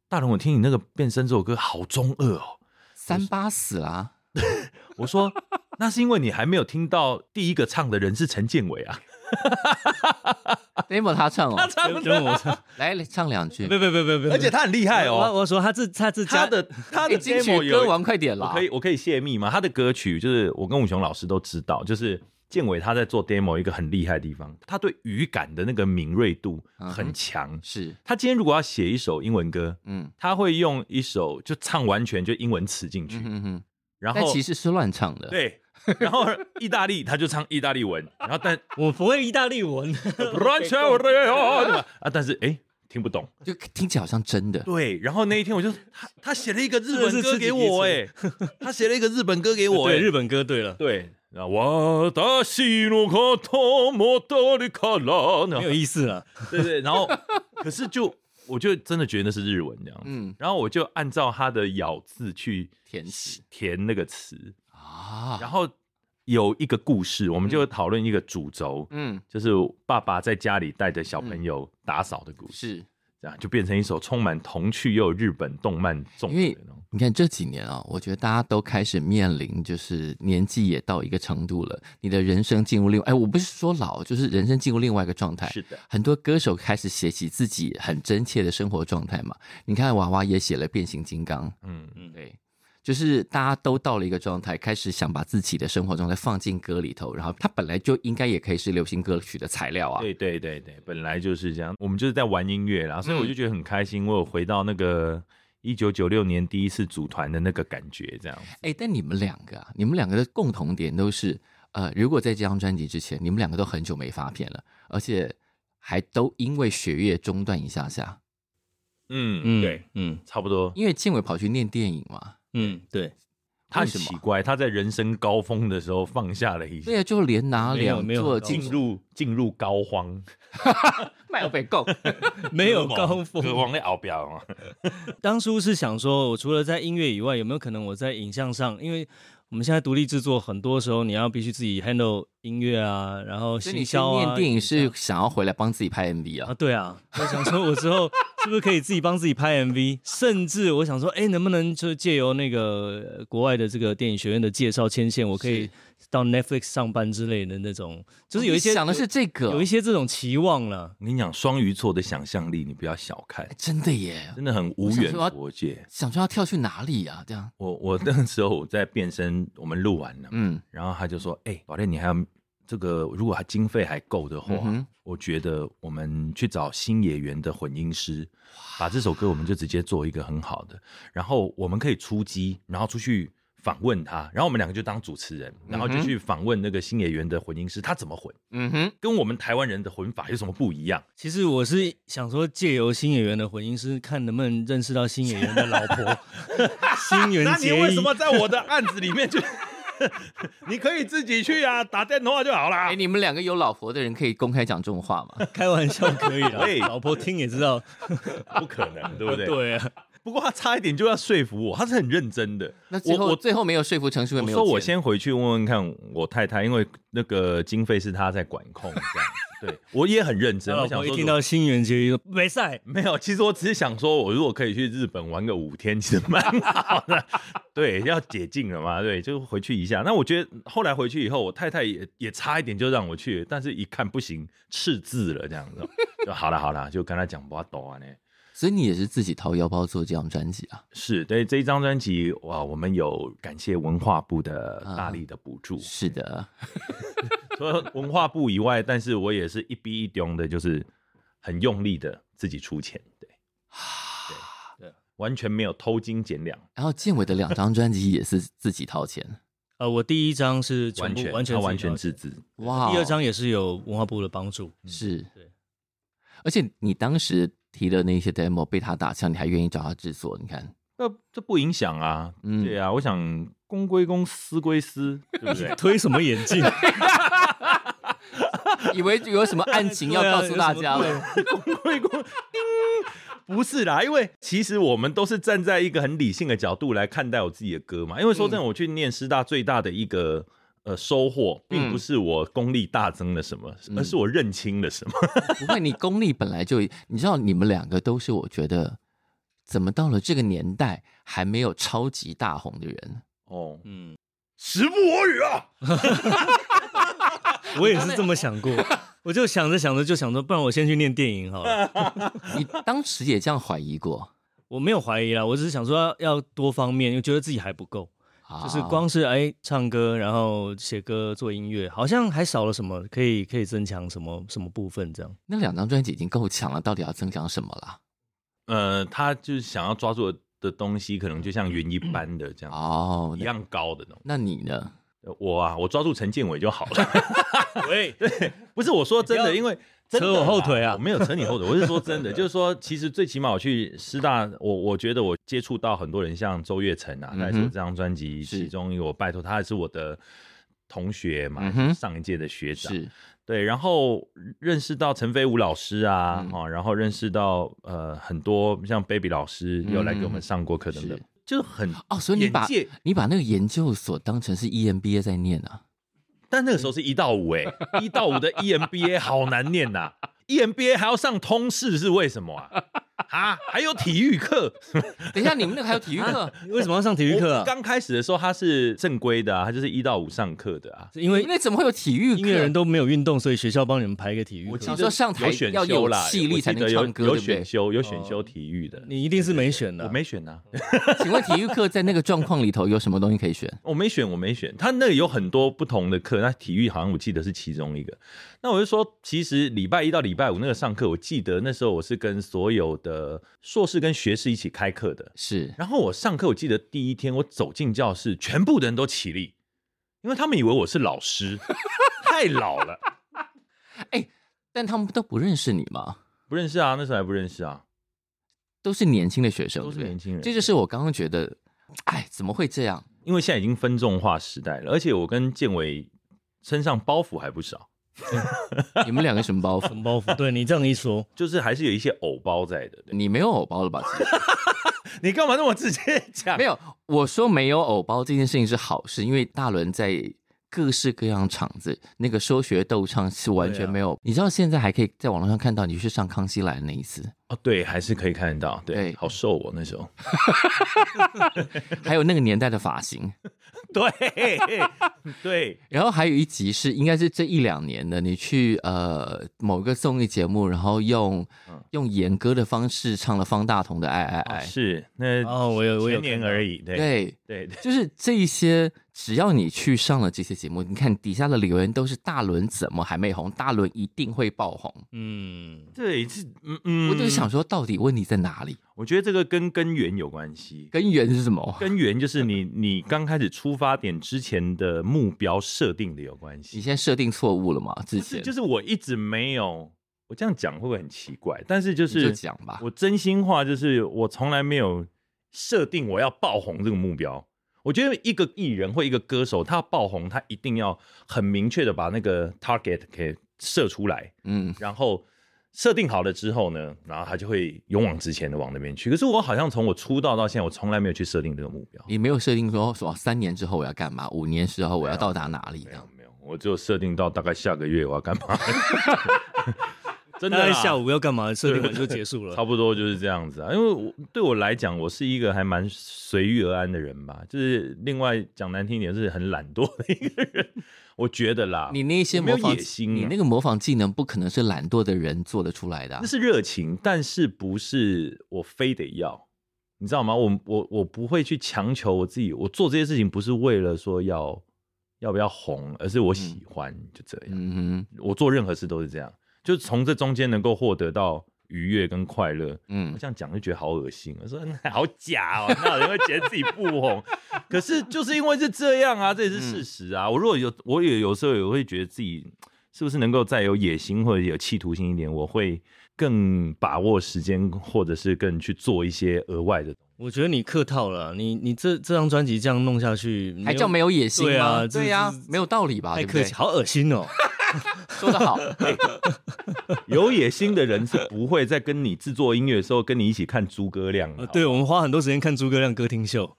[SPEAKER 2] 大龙，我听你那个变身这首歌好中二哦。
[SPEAKER 3] 三八死啊啦、
[SPEAKER 2] 我说那是因为你还没有听到第一个唱的人是陈建伟啊，
[SPEAKER 3] demo 他唱哦，
[SPEAKER 2] 唱
[SPEAKER 4] 跟跟我说，
[SPEAKER 3] 来来唱两句
[SPEAKER 4] 别。别别别别，
[SPEAKER 2] 而且他很厉害
[SPEAKER 4] 我
[SPEAKER 2] 哦，
[SPEAKER 4] 我说他自他自
[SPEAKER 2] 他
[SPEAKER 4] 家
[SPEAKER 2] 的他的
[SPEAKER 3] 哎金
[SPEAKER 2] demo
[SPEAKER 3] 曲
[SPEAKER 2] 有
[SPEAKER 3] 歌王快点
[SPEAKER 2] 我
[SPEAKER 3] 啦！
[SPEAKER 2] 可以我可以泄密吗？他的歌曲就是我跟武雄老师都知道，就是建伟他在做 demo 一个很厉害的地方，他对语感的那个敏锐度
[SPEAKER 3] 嗯
[SPEAKER 2] 很强。
[SPEAKER 3] 是，
[SPEAKER 2] 他今天如果要写一首英文歌，
[SPEAKER 3] 嗯
[SPEAKER 2] 他会用一首就唱完全就英文词进去，
[SPEAKER 3] 嗯嗯嗯，
[SPEAKER 2] 然
[SPEAKER 3] 但
[SPEAKER 2] 后
[SPEAKER 3] 其实是乱唱的。，
[SPEAKER 2] 对，然后意大利他就唱意大 利文，然后但
[SPEAKER 4] 我不会意大利文，
[SPEAKER 2] 乱啊！但是哎、听不懂。
[SPEAKER 3] 就听起来好像真的。
[SPEAKER 2] 对，然后那一天我就他他写了一个日本歌给我哎、他写了一个日本歌给我哎、
[SPEAKER 4] 对，日本歌对了，
[SPEAKER 2] 对，那 我的西诺卡托莫多里卡拉，
[SPEAKER 4] 没有意思了。
[SPEAKER 2] 对对，然后可是就我就真的觉得那是日文这样，
[SPEAKER 3] 嗯
[SPEAKER 2] 然后我就按照他的咬字去
[SPEAKER 3] 填词
[SPEAKER 2] 填那个词，
[SPEAKER 3] 啊，
[SPEAKER 2] 然后有一个故事，我们就讨论一个主轴，
[SPEAKER 3] 嗯，
[SPEAKER 2] 就是爸爸在家里带着小朋友打扫的故事，
[SPEAKER 3] 是。
[SPEAKER 2] 这样就变成一首充满童趣又有日本动漫重
[SPEAKER 3] 因为
[SPEAKER 2] 点的那种。
[SPEAKER 3] 你看这几年啊、我觉得大家都开始面临，就是年纪也到一个程度了，你的人生进入另外，哎，我不是说老，就是人生进入另外一个状态。
[SPEAKER 2] 是的，
[SPEAKER 3] 很多歌手开始写起自己很真切的生活状态嘛。你看娃娃也写了《变形金刚
[SPEAKER 2] 嗯，》，
[SPEAKER 3] 对，就是大家都到了一个状态，开始想把自己的生活状态放进歌里头，然后它本来就应该也可以是流行歌曲的材料啊。
[SPEAKER 2] 对对对对，本来就是这样，我们就是在玩音乐啦，所以我就觉得很开心，我有回到那个一九九六年第一次组团的那个感觉，这样。
[SPEAKER 3] 哎，但你们两个啊，你们两个的共同点都是，呃，如果在这张专辑之前，你们两个都很久没发片了，而且还都因为学业中断一下下。
[SPEAKER 2] 嗯
[SPEAKER 4] 嗯，
[SPEAKER 2] 对，，
[SPEAKER 4] 嗯
[SPEAKER 2] 差不多。
[SPEAKER 3] 因为建伟跑去念电影嘛，
[SPEAKER 4] 嗯，对，
[SPEAKER 2] 他很
[SPEAKER 3] 为什么
[SPEAKER 2] 奇怪，他在人生高峰的时候放下了一
[SPEAKER 3] 对啊，就连拿
[SPEAKER 4] 没有
[SPEAKER 3] 两
[SPEAKER 4] 没有
[SPEAKER 3] 座
[SPEAKER 4] 很高
[SPEAKER 3] 进
[SPEAKER 2] 进入进入高荒，
[SPEAKER 3] 麦北够，
[SPEAKER 4] 没有高峰，
[SPEAKER 2] 歌王在后边啊。
[SPEAKER 4] 当初是想说，我除了在音乐以外，有没有可能我在影像上？因为我们现在独立制作，很多时候你要必须自己 handle 音乐啊，然后
[SPEAKER 3] 所以你
[SPEAKER 4] 行
[SPEAKER 3] 去
[SPEAKER 4] 销啊。
[SPEAKER 3] 念电影是
[SPEAKER 4] 像
[SPEAKER 3] 想要回来帮自己拍 MV
[SPEAKER 4] 啊，
[SPEAKER 3] 啊？
[SPEAKER 4] 对啊，我想说，我之后是不是可以自己帮自己拍 MV？甚 至我想说，哎，能不能就借由那个呃国外的这个电影学院的介绍牵线，我可以
[SPEAKER 3] 是
[SPEAKER 4] 到 Netflix 上班之类的那种，就是有一些
[SPEAKER 3] 哦你想的是这
[SPEAKER 4] 有有
[SPEAKER 3] 个
[SPEAKER 4] 一，些这种期望了。
[SPEAKER 2] 我跟你讲，双鱼座的想象力你不要小看
[SPEAKER 3] 哎，真的耶，
[SPEAKER 2] 真的很无远佛界。
[SPEAKER 3] 想说要跳去哪里啊？这样，
[SPEAKER 2] 我我那时候我在变身，我们录完了，
[SPEAKER 3] 嗯，
[SPEAKER 2] 然后他就说：“哎、宝练，你还要这个，如果他经费还够的话，
[SPEAKER 3] 嗯哼
[SPEAKER 2] 我觉得我们去找新演员的混音师，把这首歌我们就直接做一个很好的，然后我们可以出击，然后出去。”访问他，然后我们两个就当主持人，然后就去访问那个新演员的混音师，他怎么混，
[SPEAKER 3] 嗯哼，
[SPEAKER 2] 跟我们台湾人的混法有什么不一样？
[SPEAKER 4] 其实我是想说，借由新演员的混音师，看能不能认识到新演员的老婆 新
[SPEAKER 2] 那
[SPEAKER 4] 垣
[SPEAKER 2] 你
[SPEAKER 4] 结
[SPEAKER 2] 为
[SPEAKER 4] 衣
[SPEAKER 2] 什。么在 我的案子里面就？ 你可以自己去啊，打电话就好啦
[SPEAKER 3] 哎，。你们两个有老婆的人可以公开讲这种话 吗？
[SPEAKER 4] 开玩笑可以
[SPEAKER 2] 对
[SPEAKER 4] 啦，老婆听也知道，
[SPEAKER 2] 不可能， 对不对？。
[SPEAKER 4] 对啊，
[SPEAKER 2] 不过他差一点就要说服我，他是很认真的。
[SPEAKER 3] 那最后
[SPEAKER 2] 我我
[SPEAKER 3] 最后没有说服陈淑
[SPEAKER 2] 我
[SPEAKER 3] 媛，没有
[SPEAKER 2] 说我
[SPEAKER 3] 钱
[SPEAKER 2] 先回去问问看我太太，因为那个经费是她在管控，这样子。对我也很认真，
[SPEAKER 4] 他
[SPEAKER 2] 我
[SPEAKER 4] 老
[SPEAKER 2] 想
[SPEAKER 4] 婆一
[SPEAKER 2] 说
[SPEAKER 4] 听到新垣结衣说没赛，
[SPEAKER 2] 没有，其实我只是想说，我如果可以去日本玩个五天，其实蛮好的。 对，要解禁了嘛，对，就回去一下。那我觉得后来回去以后，我太太也 也差一点就让我去，但是一看不行，赤字了这样子，就 好了好了，就跟他讲不懂啊呢。
[SPEAKER 3] 所以你也是自己掏腰包做这张专辑啊？
[SPEAKER 2] 是对这一张专辑哇，我们有感谢文化部的
[SPEAKER 4] 啊
[SPEAKER 2] 大力的补助，
[SPEAKER 3] 是的，
[SPEAKER 2] 除了文化部以外，但是我也是一逼一丢的，就是很用力的自己出钱，对对
[SPEAKER 4] 对
[SPEAKER 2] 对，完全没有偷斤减两。
[SPEAKER 3] 然后建伟的两张专辑也是自己掏钱，
[SPEAKER 4] 呃，我第一张是全
[SPEAKER 2] 完
[SPEAKER 4] 部
[SPEAKER 2] 全
[SPEAKER 4] 完全
[SPEAKER 2] 他完全
[SPEAKER 4] 自
[SPEAKER 2] 自
[SPEAKER 4] 己
[SPEAKER 2] 制。
[SPEAKER 3] 哇哦
[SPEAKER 4] 搞的，第二张也是有文化部的帮助，
[SPEAKER 3] 是
[SPEAKER 4] 对，？
[SPEAKER 3] 而且你当时提的那些 demo 被他打枪，你还愿意找他制作，你看，
[SPEAKER 2] 那这不影响啊，
[SPEAKER 3] 嗯
[SPEAKER 2] 对啊，我想公归公，私归私，对 不对 啊
[SPEAKER 4] 推什么眼镜？
[SPEAKER 3] 以为有什么案情要告诉大家
[SPEAKER 4] 对
[SPEAKER 3] 了
[SPEAKER 4] 啊，
[SPEAKER 2] 公归公，叮，不是啦，因为其实我们都是站在一个很理性的角度来看待我自己的歌嘛。因为说真的，我去念师大最大的一个。呃，收获并不是我功力大增了什么，而是我认清了什么。
[SPEAKER 3] 不会，你功力本来就，你知道，你们两个都是我觉得怎么到了这个年代还没有超级大红的人，
[SPEAKER 2] 哦，
[SPEAKER 4] 嗯，
[SPEAKER 2] 时不我与啊！
[SPEAKER 4] 我也是这么想过，我就想着想着就想说，不然我先去念电影好 了。
[SPEAKER 3] 你当时也这样怀疑过，
[SPEAKER 4] 我没有怀疑啦，我只是想说要要多方面，又觉得自己还不
[SPEAKER 3] 啊
[SPEAKER 4] 够。就是光是哎唱歌，然后写歌、做音乐，好像还少了什么，可以可以增强什么什么部分这样。
[SPEAKER 3] 那两张专辑已经够强了，到底要增强什么啦？
[SPEAKER 2] 呃，他就是想要抓住的东西，可能就像云一般的这样，
[SPEAKER 3] 哦，
[SPEAKER 2] 一
[SPEAKER 3] 那
[SPEAKER 2] 样高的那种。
[SPEAKER 3] 那你呢？
[SPEAKER 2] 呃我啊，我抓住陈建伟就好了。
[SPEAKER 4] 喂，
[SPEAKER 2] 不是我说真
[SPEAKER 4] 不
[SPEAKER 2] 的，
[SPEAKER 4] 要
[SPEAKER 2] 因为扯
[SPEAKER 4] 扯我后腿啊
[SPEAKER 2] 我没有扯你后 腿，我是说真的，就是说，其实最起码我去师大，我我觉得我接触到很多人，像周月成啊，
[SPEAKER 3] 嗯哼
[SPEAKER 2] 那、是我这张专辑
[SPEAKER 3] 是
[SPEAKER 2] 其中一个，我拜托他还是我的同学嘛，
[SPEAKER 3] 嗯哼
[SPEAKER 2] 上一届的学长，
[SPEAKER 3] 是
[SPEAKER 2] 对，然后认识到陈飞武老师啊，
[SPEAKER 3] 嗯
[SPEAKER 2] 哦、然后认识到呃很多像 Baby 老师有来给我们上过课等等，
[SPEAKER 3] 嗯是
[SPEAKER 2] 就是很
[SPEAKER 4] 啊
[SPEAKER 3] 哦，所以你
[SPEAKER 2] 眼
[SPEAKER 3] 把
[SPEAKER 2] 界，
[SPEAKER 3] 你把那个研究所当成是 EMBA 在念啊？
[SPEAKER 2] 但那个
[SPEAKER 3] 嗯
[SPEAKER 2] 时候是一到五哎、一到五的 E EMBA 好难念呐、EMBA E 还要上通识是为什么啊？啊，还有体育课，
[SPEAKER 3] 等一下，你们那个还有体育课？
[SPEAKER 4] 你 为什么要上体育课
[SPEAKER 2] 我
[SPEAKER 4] 啊？
[SPEAKER 2] 刚开始的时候他是正规的啊，他就是一到五上课的啊。
[SPEAKER 4] 是因
[SPEAKER 3] 你
[SPEAKER 4] 为
[SPEAKER 3] 们那怎么会有体育课？
[SPEAKER 4] 音乐人都没有运动，所以学校帮你们排一个体育
[SPEAKER 2] 我记
[SPEAKER 4] 课。
[SPEAKER 3] 想
[SPEAKER 2] 得
[SPEAKER 3] 说上台
[SPEAKER 2] 有选
[SPEAKER 3] 要有
[SPEAKER 2] 修啦，
[SPEAKER 3] 气力
[SPEAKER 2] 我记
[SPEAKER 3] 才能
[SPEAKER 2] 得有
[SPEAKER 3] 唱歌
[SPEAKER 2] 有
[SPEAKER 3] 对不对哦
[SPEAKER 2] 选修有选修体育的，
[SPEAKER 4] 你一定是没选的啊、
[SPEAKER 2] 我没选啊，
[SPEAKER 3] 请问体育课在那个状况里头有什么东西可以选？
[SPEAKER 2] 我没选，我没选。他那个有很多不同的课，那体育好像我记得是其中一个。那我就说，其实礼拜一到礼拜五那个上课，我记得那时候我是跟所有的硕士跟学士一起开课的。
[SPEAKER 3] 是
[SPEAKER 2] 然后我上课，我记得第一天我走进教室，全部的人都起立，因为他们以为我是老师，太老了，
[SPEAKER 3] 但他们都不认识你嘛，
[SPEAKER 2] 不认识啊，那时候还不认识啊，
[SPEAKER 3] 都是年轻的学生，
[SPEAKER 2] 都
[SPEAKER 3] 对
[SPEAKER 2] 是
[SPEAKER 3] 不对
[SPEAKER 2] 年轻人
[SPEAKER 3] 这就是我刚刚觉得，哎，怎么会这样？
[SPEAKER 2] 因为现在已经分众化时代了，而且我跟建伟身上包袱还不少，
[SPEAKER 3] 你们两个什么包
[SPEAKER 4] 什
[SPEAKER 3] 袱？
[SPEAKER 4] 么包袱？对你这样一说，
[SPEAKER 2] 就是还是有一些偶包在的。对
[SPEAKER 3] 你没有偶包了吧？其实
[SPEAKER 2] 你干嘛那么直接讲
[SPEAKER 3] 没？有，我说没有偶包这件事情是好事，因为大伦在各式各样场子那个说学逗唱是完
[SPEAKER 4] 对
[SPEAKER 3] 全
[SPEAKER 4] 啊
[SPEAKER 3] 没有。你知道现在还可以在网络上看到你去上康熙来的那一 次，
[SPEAKER 2] 哦，对，还是可以看得到，对，
[SPEAKER 3] 对
[SPEAKER 2] 好瘦哦那时候，
[SPEAKER 3] 还有那个年代的发型，
[SPEAKER 2] 对对，
[SPEAKER 3] 然后还有一集是应该是这一两年的，你去呃某个综艺节目，然后用、
[SPEAKER 2] 嗯
[SPEAKER 3] 用演歌的方式唱了方大同的《爱爱爱》
[SPEAKER 2] 是那
[SPEAKER 4] 哦，我有我有
[SPEAKER 2] 前年而已，对
[SPEAKER 3] 对，
[SPEAKER 2] 对对，
[SPEAKER 3] 就是这一些，只要你去上了这些节目，你看底下的留言都是大伦怎么还没红，大伦一定会爆红。
[SPEAKER 4] 嗯，
[SPEAKER 2] 对是嗯嗯，
[SPEAKER 3] 我就想，说，到底问题在哪里？
[SPEAKER 2] 我觉得这个跟根源有关系。
[SPEAKER 3] 根源是什么？
[SPEAKER 2] 根源就是你，你刚开始出发点之前的目标设定的有关
[SPEAKER 3] 你
[SPEAKER 2] 系。
[SPEAKER 3] 现在设定错误了吗？之
[SPEAKER 2] 不是，
[SPEAKER 3] 前
[SPEAKER 2] 就是是我一直没有，我这样讲会不会很奇怪？但是就是
[SPEAKER 3] 就讲啊吧。
[SPEAKER 2] 我真心话就是，我从来没有设定我要爆红这个目标。我觉得一个艺人或一个歌手，他要爆红，他一定要很明确的把那个 target 给设出来，
[SPEAKER 3] 嗯，
[SPEAKER 2] 然后设定好了之后呢，然后他就会勇往直前的往那边去。可是我好像从我出道到现在，我从来没有去设定这个目标。
[SPEAKER 3] 你没有设定说说三年之后我要干嘛，五年之后我要到达哪里
[SPEAKER 2] 没
[SPEAKER 3] 这
[SPEAKER 2] 有
[SPEAKER 3] 样。
[SPEAKER 2] 没有，我只有设定到大概下个月我要干 嘛。真
[SPEAKER 4] 大
[SPEAKER 2] 的
[SPEAKER 4] 概
[SPEAKER 2] 啦
[SPEAKER 4] 下午要干嘛？设定完就结束了
[SPEAKER 2] 差。不多就是这样子啊，因为我对我来讲，我是一个还蛮随遇而安的人吧，就是另外讲难听一点，是很懒惰的一个人，我觉得啦，
[SPEAKER 3] 你那些
[SPEAKER 2] 我没
[SPEAKER 3] 模
[SPEAKER 2] 有
[SPEAKER 3] 仿
[SPEAKER 2] 野心啊
[SPEAKER 3] 你那个模仿技能不可能是懒惰的人做得出来的啊、
[SPEAKER 2] 那是热情，但是不是我非得要，你知道吗？我我我不会去强求我自己，我做这些事情不是为了说要要不要红，而是我喜欢，就这样。
[SPEAKER 3] 嗯哼，
[SPEAKER 2] 我做任何事都是这样，就是从这中间能够获得到愉悦跟快乐，我
[SPEAKER 3] 嗯，
[SPEAKER 2] 这样讲就觉得好恶心，我说嗯 好假哦，那有人会觉得自己不 红。可是就是因为是这样啊，这也是事实啊。我如果有，我也有时候也会觉得自己是不是能够再有野心或者有企图心一点，我会更把握时间，或者是更去做一些额外的。
[SPEAKER 4] 我觉得你客套了，啊你你这这张专辑这样弄下去，
[SPEAKER 3] 还叫没有野心
[SPEAKER 4] 对
[SPEAKER 3] 吗？
[SPEAKER 4] 啊
[SPEAKER 3] 对呀、
[SPEAKER 4] 这这
[SPEAKER 3] 没有道理吧？
[SPEAKER 4] 太
[SPEAKER 3] 对不
[SPEAKER 4] 客
[SPEAKER 3] 对
[SPEAKER 4] 气，？好恶心 哦。
[SPEAKER 3] 说得好，
[SPEAKER 2] 有野心的人是不会在跟你制作音乐的时候跟你一起看诸葛亮的
[SPEAKER 4] 呃，对，我们花很多时间看诸葛亮歌厅秀，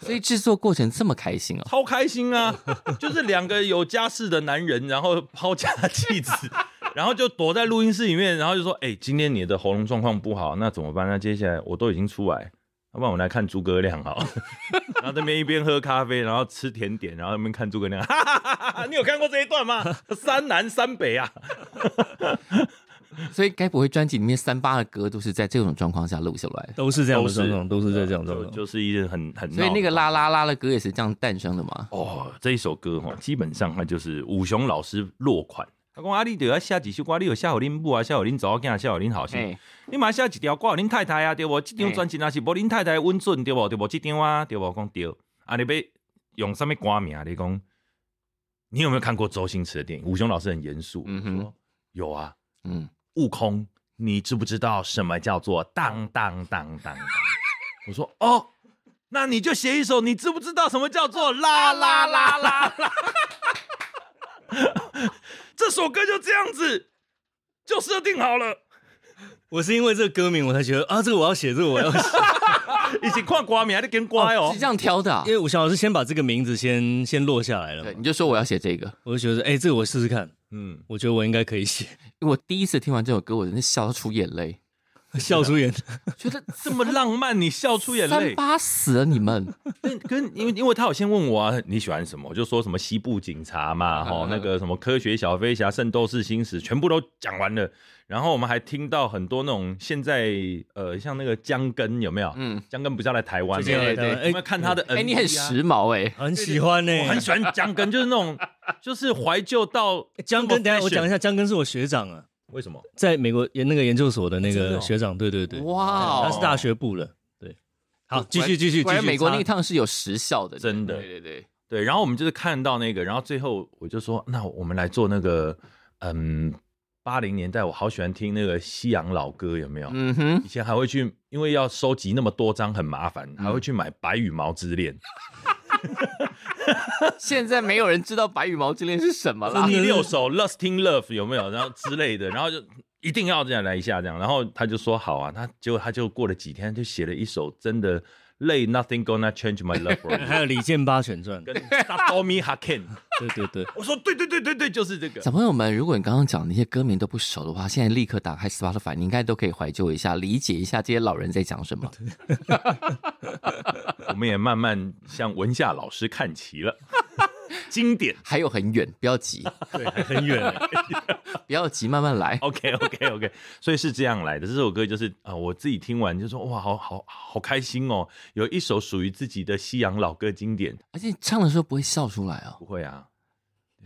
[SPEAKER 3] 所以制作过程这么开心 哦。
[SPEAKER 2] 超开心啊！就是两个有家室的男人，然后抛家弃子， 然后就躲在录音室里面，然后就说：“哎、今天你的喉咙状况不好，那怎么办？那接下来我都已经出来，要不然我们来看诸葛亮好了。” 然后这边一边喝咖啡，然后吃甜点，然后一边看诸葛亮。 哈哈哈哈哈！你有看过这一段吗？三南三北啊！
[SPEAKER 3] 所以该不会专辑里面三八的歌都是在这种状况下录下来的？
[SPEAKER 4] 都是这样
[SPEAKER 2] 都
[SPEAKER 4] 的
[SPEAKER 2] 是
[SPEAKER 4] 状况，都是在这样的状
[SPEAKER 2] 就
[SPEAKER 3] 啊
[SPEAKER 4] 况。
[SPEAKER 2] 就是一件很很闹的
[SPEAKER 3] 所以那个啦啦啦的歌也是这样诞生的嘛？
[SPEAKER 2] 哦，这一首歌哈，基本上它就是武雄老师落款。他讲啊，你得要写几首歌，你有下好恁母啊，下好恁查某囝，下好恁后生。
[SPEAKER 3] 哎，
[SPEAKER 2] 你嘛写一条歌，恁太太啊，对无？这张专辑若是无恁太太的温准，对无？对无？这张啊，对无？讲对。啊，你要用什么歌名？你讲，你有没有看过周星驰的电影？武雄老师很严肃，
[SPEAKER 3] 嗯哼
[SPEAKER 2] 说有啊，
[SPEAKER 3] 嗯，
[SPEAKER 2] 悟空，你知不知道什么叫做当当当当 当？我说哦，那你就写一首，你知不知道什么叫做啦啦啦啦啦？这首歌就这样子，就设定好了。
[SPEAKER 4] 我是因为这个歌名，我才觉得啊，这个我要写，这个我 要写。
[SPEAKER 2] 以前看瓜名还得跟瓜哦
[SPEAKER 3] 是，这样挑的啊、
[SPEAKER 4] 因为武翔老师先把这个名字先 先落下来了
[SPEAKER 3] 对，
[SPEAKER 4] 嘛，
[SPEAKER 3] 你就说我要写这个。
[SPEAKER 4] 我就觉得哎、这个我试试看，
[SPEAKER 2] 嗯，
[SPEAKER 4] 我觉得我应该可 以写，
[SPEAKER 3] 我第一次听完这首歌，我真的笑到出眼泪，
[SPEAKER 4] 笑出眼。
[SPEAKER 3] 觉得
[SPEAKER 2] 这么浪漫，你笑出眼
[SPEAKER 3] 三
[SPEAKER 2] 泪。
[SPEAKER 3] 八死了你们。
[SPEAKER 2] 跟跟，因为因为他有先问我啊，你喜欢什么？我就说什么西部警察嘛，哈、
[SPEAKER 3] 嗯
[SPEAKER 2] 那个什么科学小飞侠、圣斗士星矢，全部都讲完了。然后我们还听到很多那种现在呃，像那个姜根有没有？
[SPEAKER 3] 嗯，
[SPEAKER 2] 姜根不是要来台湾吗？
[SPEAKER 3] 最近对对
[SPEAKER 2] 有没有看他的 MV 啊？
[SPEAKER 3] 哎、你很时髦哎、
[SPEAKER 4] 很喜欢呢、
[SPEAKER 2] 我很喜欢姜根，就是那 种就是怀旧到
[SPEAKER 4] 哎江根，等一下我讲一
[SPEAKER 2] 下
[SPEAKER 4] 下，江根是我学长啊，
[SPEAKER 2] 为什么。
[SPEAKER 4] 在美国研那个研究所的那
[SPEAKER 2] 真的哦
[SPEAKER 4] 个学长，对对对，
[SPEAKER 3] 哇哦
[SPEAKER 4] 他是大学部了，对，好，继续继续
[SPEAKER 3] 果
[SPEAKER 4] 继续
[SPEAKER 3] 然。美国那一
[SPEAKER 4] 插
[SPEAKER 3] 趟是有时效的，
[SPEAKER 2] 真的
[SPEAKER 3] 对对对，
[SPEAKER 2] 对，然后我们就是看到那个，然后最后我就说，那我们来做那个，嗯，八零年代我好喜欢听那个西洋老歌，有没有？
[SPEAKER 3] 嗯哼，
[SPEAKER 2] 以前还会去，因为要收集那么多张很麻烦，还
[SPEAKER 4] 嗯
[SPEAKER 2] 会去买《白羽毛之恋》
[SPEAKER 3] 现在没有人知道《白羽毛之恋》是什么
[SPEAKER 2] 然
[SPEAKER 3] 啦。
[SPEAKER 2] 后第六首《Lust in Love》有没有？然后之类的，然后就一定要这样来一下这样。然后他就说好啊，他结果他就过了几天就写了一首真的累 Nothing Gonna Change My Love for
[SPEAKER 4] 还
[SPEAKER 2] You
[SPEAKER 4] 有李健八选 传，
[SPEAKER 2] 跟 Satomi Haken。
[SPEAKER 4] 对对对，
[SPEAKER 2] 我说对对对对对，就是这个。
[SPEAKER 3] 小朋友们，如果你刚刚讲的那些歌名都不熟的话，现在立刻打开 Spotify，你应该都可以怀旧一下，理解一下这些老人在讲什么。
[SPEAKER 2] 我们也慢慢向文夏老师看齐 了，经典。
[SPEAKER 3] 还有很远，不要急，
[SPEAKER 4] 对，还很远欸，
[SPEAKER 3] 不要急，慢慢 来。
[SPEAKER 2] OK OK OK，所以是这样来的。这首歌就是啊、呃我自己听完就说哇，好好好开心哦，有一首属于自己的西洋老歌经典。
[SPEAKER 3] 而且你唱的时候不会笑出来哦
[SPEAKER 2] 不。会啊，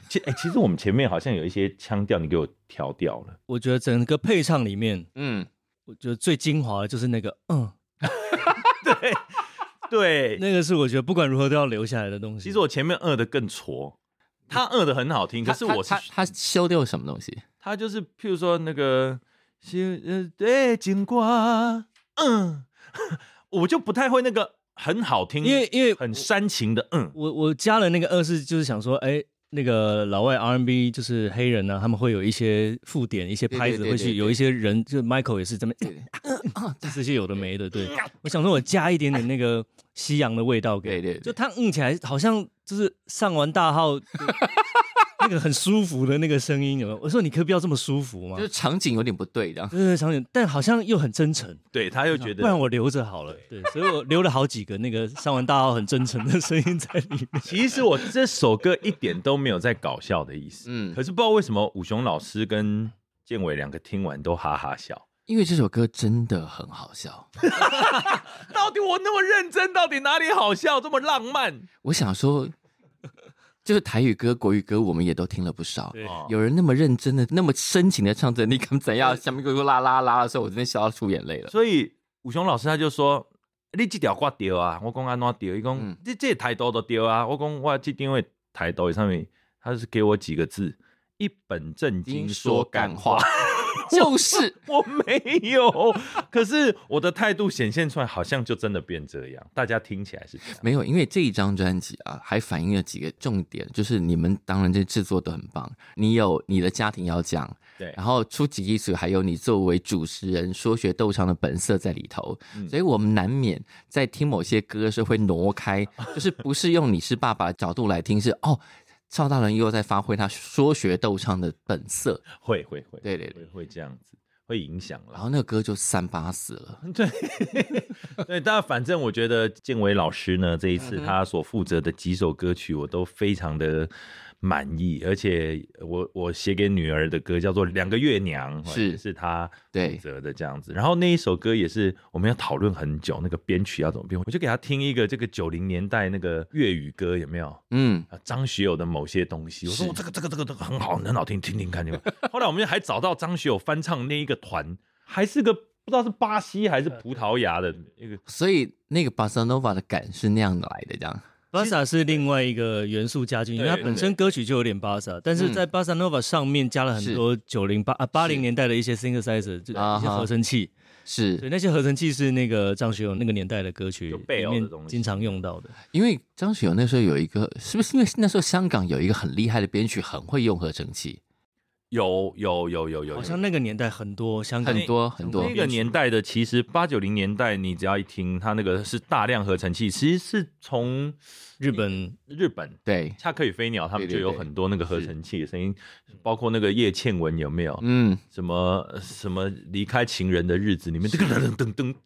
[SPEAKER 2] 其哎、其实我们前面好像有一些腔调，你给我调掉 了。
[SPEAKER 4] 我觉得整个配唱里面，
[SPEAKER 3] 嗯，
[SPEAKER 4] 我觉得最精华的就是那个嗯，
[SPEAKER 2] 对，
[SPEAKER 4] 那个是我觉得不管如何都要留下来的东西。
[SPEAKER 2] 其实我前面二的更挫，他二的很好听，可是我是
[SPEAKER 3] 他他他修掉什么东西？
[SPEAKER 2] 他就是，譬如说那个是呃对金瓜，嗯， 我就不太会那个很好听，
[SPEAKER 4] 因为因为
[SPEAKER 2] 很煽情的，嗯，
[SPEAKER 4] 我我加了那个二是就是想说，哎，那个老外 R&B 就是黑人啊呢、他们会有一些附点、一些拍
[SPEAKER 3] 对对
[SPEAKER 4] 子，
[SPEAKER 3] 对
[SPEAKER 4] 会
[SPEAKER 3] 对
[SPEAKER 4] 去
[SPEAKER 3] 对
[SPEAKER 4] 有一些人，就 Michael 也是这么
[SPEAKER 3] 对
[SPEAKER 4] 这些有的没的。对，我想说我加一点点那个西洋的味道 给，
[SPEAKER 3] 对对，对
[SPEAKER 4] 就他嗯起来好像就是上完大号。 就那个很舒服的那个声音有没有？我说你可以不要这么舒服吗
[SPEAKER 3] 就？是场景有点不对，这 样。
[SPEAKER 4] 对对，长远，但好像又很真诚，啊
[SPEAKER 2] 对，他又觉得
[SPEAKER 4] 不然我留着好了。对，所以我留了好几个那个上完大号很真诚的声音在里面。
[SPEAKER 2] 其实我这首歌一点都没有在搞笑的意思，
[SPEAKER 3] 嗯
[SPEAKER 2] 可，是不知道为什么武雄老师跟建伟两个听完都哈哈笑。
[SPEAKER 3] 因为这首歌真的很好笑。
[SPEAKER 2] 到底我那么认真，到底哪里好笑？这么浪漫？
[SPEAKER 3] 我想说，就是台语歌、国语歌，我们也都听了不少。
[SPEAKER 4] 对
[SPEAKER 2] 哦
[SPEAKER 3] 有人那么认真的、那么深情的唱着“你敢怎样”，下面咕咕啦啦啦的时候，我真的笑到出眼泪了。
[SPEAKER 2] 所以武雄老师他就说：“你这条挂丢啊！”我讲安怎丢？伊讲、
[SPEAKER 3] 嗯
[SPEAKER 2] 你这台刀都丢啊！我讲我这定位台刀上面，他是给我几个字：一本正经说干话。，
[SPEAKER 3] 就是
[SPEAKER 2] 我没有，可是我的态度显现出来，好像就真的变这样。大家听起来是这样。
[SPEAKER 3] 没有，因为这一张专辑啊，还反映了几个重点，就是你们当然这制作都很棒，你有你的家庭要讲，
[SPEAKER 2] 对
[SPEAKER 3] 然后出几艺术，还有你作为主持人说学逗唱的本色在里头，
[SPEAKER 2] 嗯
[SPEAKER 3] 所以我们难免在听某些歌的时候会挪开，就是不是用你是爸爸的角度来听，是哦，赵大人又在发挥他说学逗唱的本色，
[SPEAKER 2] 会会会，
[SPEAKER 3] 对对对
[SPEAKER 2] 会会这样子，会影响
[SPEAKER 3] 然
[SPEAKER 2] 啦。
[SPEAKER 3] 后那个歌就三八死了，
[SPEAKER 2] 对，但反正我觉得建伟老师呢，这一
[SPEAKER 3] 嗯
[SPEAKER 2] 次他所负责的几首歌曲，我都非常的满意，而且我我写给女儿的歌叫做《两个月娘》，哦
[SPEAKER 3] 是
[SPEAKER 2] 也是他负
[SPEAKER 3] 对
[SPEAKER 2] 责的这样子。然后那一首歌也是我们要讨论很久，那个编曲要怎么编，我就给他听一个这个九零年代那个粤语歌，有没有？
[SPEAKER 3] 嗯，
[SPEAKER 2] 啊，张学友的某些东西，我说
[SPEAKER 3] 是
[SPEAKER 2] 哦这个这个这个这个很好，很好听，听听看你们。 后来我们还找到张学友翻唱那一个团，还是个不知道是巴西还是葡萄牙的一个，
[SPEAKER 3] 所以那个 bossa nova 的感是那样来的，这样
[SPEAKER 4] 巴萨是另外一个元素加进去，因为它本身歌曲就有点巴萨，但是
[SPEAKER 3] 嗯
[SPEAKER 4] 在巴萨 nova 上面加了很多九零八啊八零年代的一些 synthesizer，就一些合成器。
[SPEAKER 3] 啊是
[SPEAKER 4] 对，那些合成器是那个张学友那个年代的歌曲
[SPEAKER 2] 里面
[SPEAKER 4] 经常用到的。
[SPEAKER 3] 因为张学友那时候有一个，是不是因为那时候香港有一个很厉害的编曲，很会用合成器？
[SPEAKER 2] 有有有有有，
[SPEAKER 4] 好像那个年代很多香港
[SPEAKER 3] 很多很多
[SPEAKER 2] 那个年代的，其实八九零年代，你只要一听，它那个是大量合成器，其实是从
[SPEAKER 4] 日本
[SPEAKER 2] 日本
[SPEAKER 3] 对
[SPEAKER 2] 恰克与飞鸟他们就有很多那个合成器的声音，包括那个叶倩文有没有？
[SPEAKER 3] 嗯，
[SPEAKER 2] 什么什么离开情人的日 子里面，噔噔噔噔噔噔噔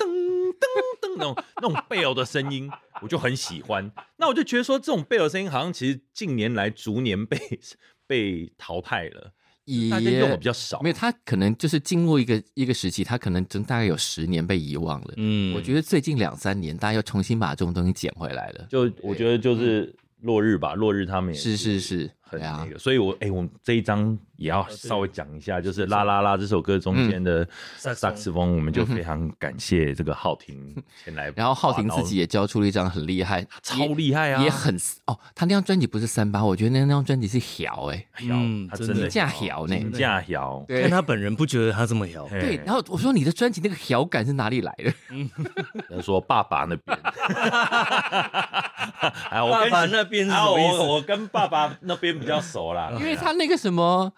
[SPEAKER 2] 那种那种贝尔的声音，我就很喜欢。那我就觉得说，这种贝尔声音好像其实近年来逐年被 被淘汰了。
[SPEAKER 3] 也
[SPEAKER 2] 用的比较少，
[SPEAKER 3] 没有他可能就是进入一个一个时期，他可能真大概有十年被遗忘了。嗯，我觉得最近两三年，大家又重新把这种东西捡回来了。
[SPEAKER 2] 就我觉得就是落日吧，落日他们也
[SPEAKER 3] 是是是啊
[SPEAKER 2] 很那个，所以我哎，我们这一章也要稍微讲一
[SPEAKER 3] 哦
[SPEAKER 2] 下，就是啦啦啦这首歌中间
[SPEAKER 3] 嗯
[SPEAKER 2] 的萨克斯风，我们就非常感谢这个浩廷前来。
[SPEAKER 3] 嗯然后浩廷自己也交出了一张很厉害，
[SPEAKER 2] 超厉害啊，
[SPEAKER 3] 也很哦，他那张专辑不是三八，我觉得那张专辑是屌哎。
[SPEAKER 2] 嗯，他真的
[SPEAKER 3] 架摇呢，
[SPEAKER 2] 架摇，
[SPEAKER 4] 但他本人不觉得他这么摇。
[SPEAKER 3] 对，然后我说你的专辑那个摇感是哪里来的？
[SPEAKER 2] 他说爸爸那 边，哎，我哎
[SPEAKER 4] 爸爸那边是什么意思？
[SPEAKER 2] 我跟爸爸那边比较熟啦，
[SPEAKER 3] 因为他那个什么，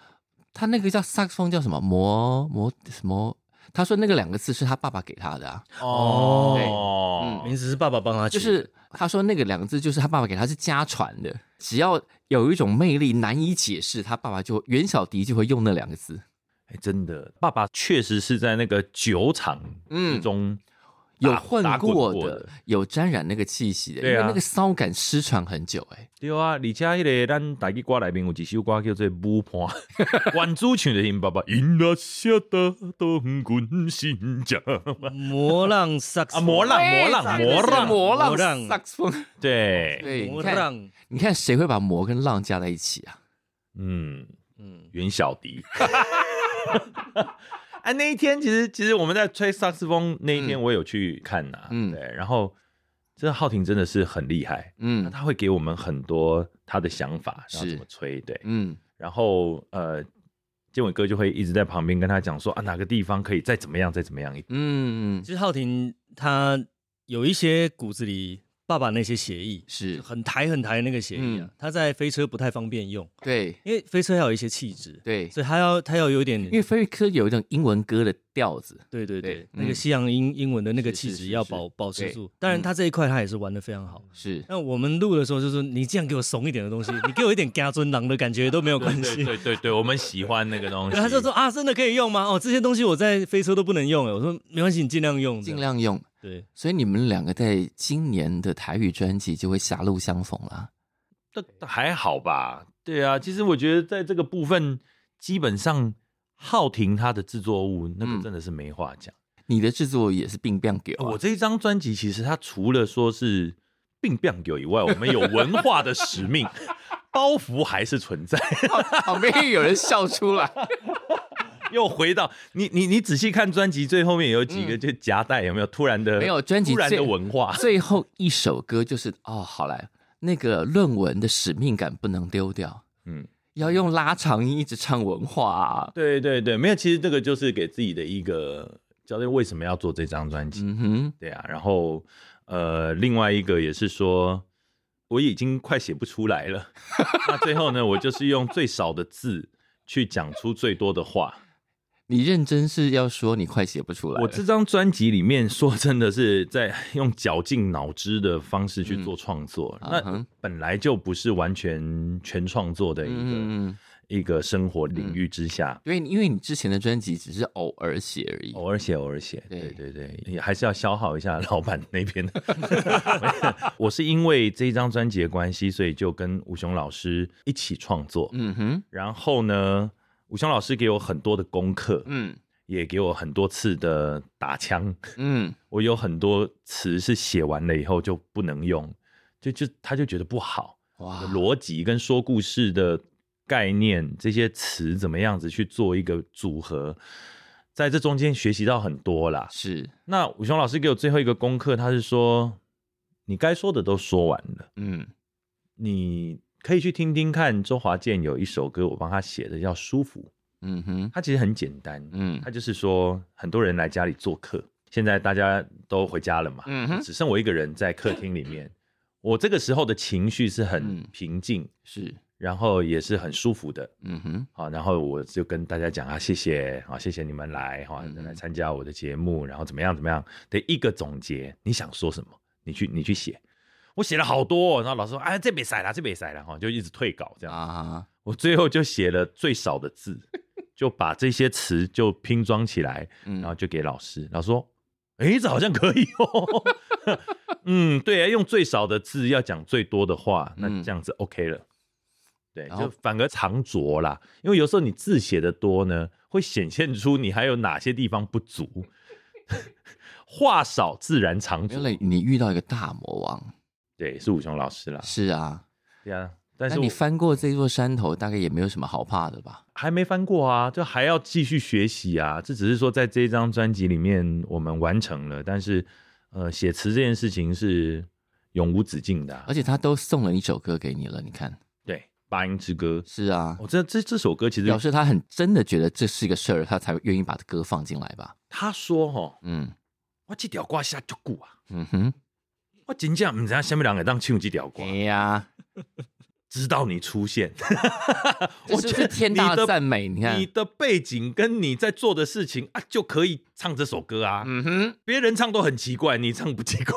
[SPEAKER 3] 他那个叫萨克风叫什么魔魔什么？他说那个两个字是他爸爸给他的啊。
[SPEAKER 2] 哦，
[SPEAKER 3] 嗯
[SPEAKER 4] 名字是爸爸帮他
[SPEAKER 3] 就是。他说那个两个字就是他爸爸给他是家传的，只要有一种魅力难以解释，他爸爸就袁小迪就会用那两个字。
[SPEAKER 2] 哎，真的，爸爸确实是在那个酒场之中、嗯、
[SPEAKER 3] 有混
[SPEAKER 2] 过
[SPEAKER 3] 的，有沾染那个气息的，
[SPEAKER 2] 对
[SPEAKER 3] 因
[SPEAKER 2] 啊、
[SPEAKER 3] 为那个骚感失传很久、欸。哎，
[SPEAKER 2] 对啊，而且迄个咱大吉歌内面有一首歌叫做《舞伴》， 原主唱就是因爸爸。因那些的当滚新疆，啊
[SPEAKER 4] 魔浪萨
[SPEAKER 3] 啊
[SPEAKER 4] 克斯，
[SPEAKER 2] 魔浪魔浪魔浪
[SPEAKER 3] 魔浪萨克斯风，
[SPEAKER 2] 对
[SPEAKER 3] 对，
[SPEAKER 4] 魔浪，
[SPEAKER 3] 你看谁会把魔跟浪加在一起啊？
[SPEAKER 2] 嗯嗯，袁小迪。 哎啊，那一天其实其实我们在吹萨克斯风那一天，我有去看呐、啊，嗯，对，然后这浩廷真的是很厉害，嗯，他会给我们很多他的想法，然后怎么吹，对，嗯，然后呃，建伟哥就会一直在旁边跟他讲说啊，哪个地方可以再怎么样，再怎么样一点，
[SPEAKER 4] 嗯，其实浩廷他有一些骨子里。爸爸那些协议
[SPEAKER 3] 是嗯
[SPEAKER 4] 很抬很抬那个协议啊，他在飞车不太方便用，
[SPEAKER 3] 对，
[SPEAKER 4] 因为飞车要有一些气质，
[SPEAKER 3] 对，
[SPEAKER 4] 所以他要他要有点，
[SPEAKER 3] 因为飞车有一种英文歌的调子，
[SPEAKER 4] 对对对，那
[SPEAKER 3] 嗯
[SPEAKER 4] 个西洋英英文的那个气质要保保持住。当然他这一块他也是玩的非常好，
[SPEAKER 3] 是。
[SPEAKER 4] 那我们录的时候就是你这样给我怂一点的东西，你给我一点嘎尊狼的感觉都没有关 系，
[SPEAKER 2] 对对对，我们喜欢那个东西。
[SPEAKER 4] 他就说啊，真的可以用吗？哦，这些东西我在飞车都不能用哎，我说没关系，你尽量用，
[SPEAKER 3] 尽量用。
[SPEAKER 4] 对，
[SPEAKER 3] 所以你们两个在今年的台语专辑就会狭路相逢啦。
[SPEAKER 2] 这还好吧？对啊，其实我觉得在这个部分，基本上浩廷他的制作物那个真的是没话讲。
[SPEAKER 3] 嗯、你的制作也是并并给、啊、
[SPEAKER 2] 我这一张专辑，其实它除了说是并并给以外，我们有文化的使命， 包袱还是存在。
[SPEAKER 3] 旁边有人笑出来。
[SPEAKER 2] 又回到你你你仔细看专辑最后面有几个就夹带有没有突然
[SPEAKER 3] 嗯
[SPEAKER 2] 的
[SPEAKER 3] 没有专辑
[SPEAKER 2] 突然的文化
[SPEAKER 3] 最后一首歌就是哦好来那个论文的使命感不能丢掉嗯要用拉长音一直唱文化、啊、
[SPEAKER 2] 对对对没有其实这个就是给自己的一个教练为什么要做这张专辑嗯哼对啊然后呃另外一个也是说我已经快写不出来了 那最后呢我就是用最少的字去讲出最多的话。
[SPEAKER 3] 你认真是要说你快写不出来。
[SPEAKER 2] 我这张专辑里面说真的是在用绞尽脑汁的方式去做创作，
[SPEAKER 3] 啊
[SPEAKER 2] 嗯、那本来就不是完全全创作的一个、嗯、一个生活领域之下。
[SPEAKER 3] 对，因为你之前的专辑只是偶尔写而已，
[SPEAKER 2] 偶尔写，偶尔写。
[SPEAKER 3] 对,
[SPEAKER 2] 对对对，也还是要消耗一下老板那边。 我是因为这一张专辑的关系，所以就跟吴雄老师一起创作。嗯哼，然后呢？武雄老师给我很多的功课，嗯，也给我很多次的打枪，嗯，我有很多词是写完了以后就不能用，就就他就觉得不好，哇，逻辑跟说故事的概念这些词怎么样子去做一个组合，在这中间学习到很多啦。
[SPEAKER 3] 是，
[SPEAKER 2] 那武雄老师给我最后一个功课，他是说你该说的都说完了，嗯，你可以去听听看，周华健有一首歌，我帮他写的叫《舒服》。
[SPEAKER 3] 嗯哼，
[SPEAKER 2] 它其实很简单，
[SPEAKER 3] 嗯
[SPEAKER 2] 它就是说很多人来家里做客，现在大家都回家了嘛，
[SPEAKER 3] 嗯哼
[SPEAKER 2] 只剩我一个人在客厅里面。我这个时候的情绪是很
[SPEAKER 3] 嗯
[SPEAKER 2] 平静，
[SPEAKER 3] 是，
[SPEAKER 2] 然后也是很舒服的。
[SPEAKER 3] 嗯哼，
[SPEAKER 2] 好，然后我就跟大家讲啊，谢谢啊，谢谢你们来哈、
[SPEAKER 3] 嗯
[SPEAKER 2] 来参加我的节目，然后怎么样怎么样的一个总结，你想说什么？你去你去写，我写了好多、哦，然后老师说，哎，这没塞啦，这没塞啦，哈，就一直退稿这样。
[SPEAKER 3] 啊，
[SPEAKER 2] 我最后就写了最少的字，就把这些词就拼装起来，
[SPEAKER 3] 嗯
[SPEAKER 2] 然后就给老师，老师说，哎，这好像可以哦， 嗯，对啊，用最少的字要讲最多的话，那
[SPEAKER 3] 嗯
[SPEAKER 2] 这样子 OK 了。对，
[SPEAKER 3] 然后
[SPEAKER 2] 就反而藏拙啦，因为有时候你字写的多呢，会显现出你还有哪些地方不足。 话少自然藏拙
[SPEAKER 3] 原，来你遇到一个大魔王，
[SPEAKER 2] 对，是武雄老师啦，
[SPEAKER 3] 是啊，
[SPEAKER 2] 对啊，但
[SPEAKER 3] 那
[SPEAKER 2] 是
[SPEAKER 3] 你
[SPEAKER 2] 我
[SPEAKER 3] 翻过这座山头，大概也没有什么好怕的吧？
[SPEAKER 2] 还没翻过啊，就还要继续学习啊。这只是说在这张专辑里面我们完成了，但是呃，写词这件事情是永无止境的啊、
[SPEAKER 3] 而且他都送了一首歌给你了，你看，
[SPEAKER 2] 对，《八音之歌》
[SPEAKER 3] 是啊，
[SPEAKER 2] 哦，这这这首歌其
[SPEAKER 3] 表
[SPEAKER 2] 实
[SPEAKER 3] 示他很真的觉得这是一个事儿，他才愿意把歌放进来吧？
[SPEAKER 2] 他说哈、哦，
[SPEAKER 3] 嗯
[SPEAKER 2] 我这条歌写足久啊，
[SPEAKER 3] 嗯哼，
[SPEAKER 2] 我真正唔知道下面人会当唱这条歌
[SPEAKER 3] 哎，呀，
[SPEAKER 2] 直到你出现，
[SPEAKER 3] 我
[SPEAKER 2] 觉
[SPEAKER 3] 就
[SPEAKER 2] 得
[SPEAKER 3] 是天大
[SPEAKER 2] 你
[SPEAKER 3] 的
[SPEAKER 2] 的
[SPEAKER 3] 赞美，你看
[SPEAKER 2] 你，的背景跟你在做的事情啊，就可以唱这首歌啊。
[SPEAKER 3] 嗯哼，
[SPEAKER 2] 别人唱都很奇怪，你唱不奇怪。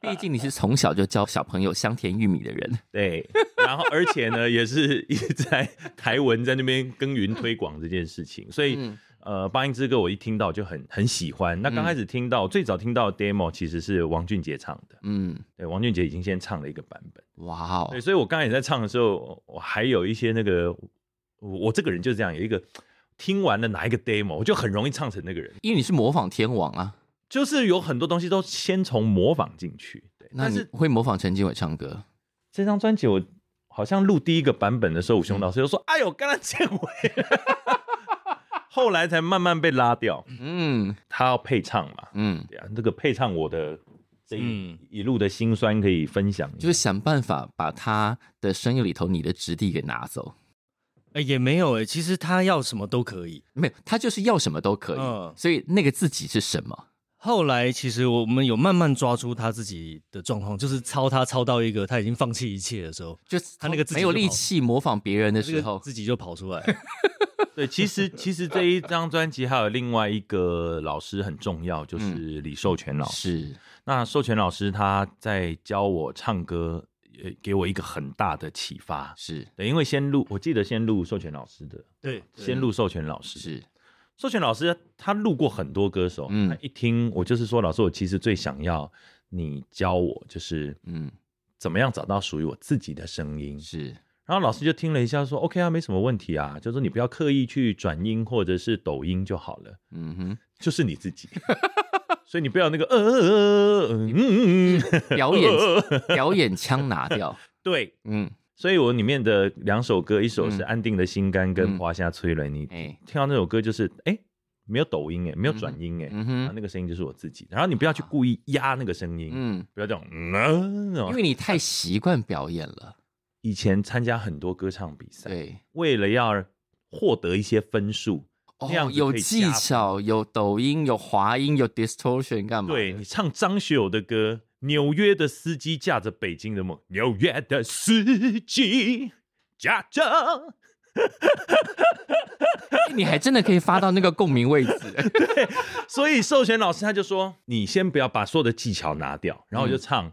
[SPEAKER 3] 毕竟你是从小就教小朋友香甜玉米的人，
[SPEAKER 2] 对，然后而且呢，也是一直在台文在那边耕耘推广这件事情，所以、
[SPEAKER 3] 嗯
[SPEAKER 2] 呃，《八音之歌》我一听到就很很喜欢。那刚开
[SPEAKER 3] 嗯
[SPEAKER 2] 始听到、最早听到的 demo 其实是王俊杰唱的，
[SPEAKER 3] 嗯，
[SPEAKER 2] 对，王俊杰已经先唱了一个版本，
[SPEAKER 3] 哇哦
[SPEAKER 2] 对，，所以我刚开始在唱的时候，我还有一些那个我我这个人就是这样，有一个听完了哪一个 demo，我就很容易唱成那个人，
[SPEAKER 3] 因为你是模仿天王啊，
[SPEAKER 2] 就是有很多东西都先从模仿进去，对，
[SPEAKER 3] 那
[SPEAKER 2] 但
[SPEAKER 3] 你
[SPEAKER 2] 是
[SPEAKER 3] 会模仿陈经纬唱歌？
[SPEAKER 2] 这张专辑我好像录第一个版本的时候，武雄老师就说：“哎呦，刚刚见尾。” 后来才慢慢被拉掉，
[SPEAKER 3] 嗯
[SPEAKER 2] 他要配唱嘛，
[SPEAKER 3] 嗯，
[SPEAKER 2] 对啊，那个配唱我的这一、
[SPEAKER 4] 嗯
[SPEAKER 2] 一路的辛酸可以分享一下，
[SPEAKER 3] 就是想办法把他的声音里头你的质地给拿走。
[SPEAKER 4] 哎、也没有哎、其实他要什么都可以。
[SPEAKER 3] 没有，他就是要什么都可以，
[SPEAKER 4] 嗯
[SPEAKER 3] 所以那个自己是什么？
[SPEAKER 4] 后来其实我们有慢慢抓住他自己的状况，就是操他操到一个他已经放弃一切的时候，
[SPEAKER 3] 就是
[SPEAKER 4] 他那个自
[SPEAKER 3] 没
[SPEAKER 4] 己就
[SPEAKER 3] 有
[SPEAKER 4] 好
[SPEAKER 3] 力气模仿别人的时
[SPEAKER 4] 这个
[SPEAKER 3] 候，
[SPEAKER 4] 自己就跑出来。
[SPEAKER 2] 对。其实其实这一张专辑还有另外一个老师很重要，嗯就是李寿全老师。
[SPEAKER 3] 是
[SPEAKER 2] 那寿全老师他在教我唱歌，也给我一个很大的启发。
[SPEAKER 3] 是
[SPEAKER 2] 对，因为先录，我记得先录寿全老师的，
[SPEAKER 4] 对，
[SPEAKER 2] 先录授权老师。
[SPEAKER 3] 是，
[SPEAKER 2] 授权老师他录过很多歌手，
[SPEAKER 3] 嗯
[SPEAKER 2] 他一听我就是说，老师，我其实最想要你教我，就是
[SPEAKER 3] 嗯
[SPEAKER 2] 怎么样找到属于我自己的声音。
[SPEAKER 3] 是，
[SPEAKER 2] 然后老师就听了一下，说 OK 啊，没什么问题啊，就说你不要刻意去转音或者是抖音就好了，
[SPEAKER 3] 嗯
[SPEAKER 2] 就是你自己。所以你不要那个呃呃呃呃嗯嗯嗯，
[SPEAKER 3] 哼，表演表演腔拿掉，
[SPEAKER 2] 对。
[SPEAKER 3] 嗯，
[SPEAKER 2] 所以我里面的两首歌，一首是
[SPEAKER 3] 嗯
[SPEAKER 2] 《安定的心肝》
[SPEAKER 3] 嗯
[SPEAKER 2] 跟《华夏催泪》，你
[SPEAKER 3] 哎，
[SPEAKER 2] 听到那首歌就是哎、诶没有抖音哎、没有转音哎、
[SPEAKER 3] 嗯
[SPEAKER 2] 啊
[SPEAKER 3] 哼，
[SPEAKER 2] 那个声音就是我自己。然后你不要去故意压那个声音，
[SPEAKER 3] 嗯，
[SPEAKER 2] 不要这种嗯啊那
[SPEAKER 3] 因
[SPEAKER 2] 种。
[SPEAKER 3] 为你太习惯表演了，
[SPEAKER 2] 以前参加很多歌唱比赛，
[SPEAKER 3] 对，
[SPEAKER 2] 为了要获得一些分数，那样
[SPEAKER 3] 哦，
[SPEAKER 2] 子
[SPEAKER 3] 有
[SPEAKER 2] 可以
[SPEAKER 3] 技
[SPEAKER 2] 加分
[SPEAKER 3] 巧，有抖音，有滑音，有 distortion，干嘛？
[SPEAKER 2] 对你，唱张学友的歌，《纽约的司机驾着北京的梦》，纽约的司机驾着。
[SPEAKER 3] 哎你还真的可以发到那个共鸣位 置，
[SPEAKER 2] 所以授权老师他就说：“你先不要把所有的技巧拿掉。”然后我就唱，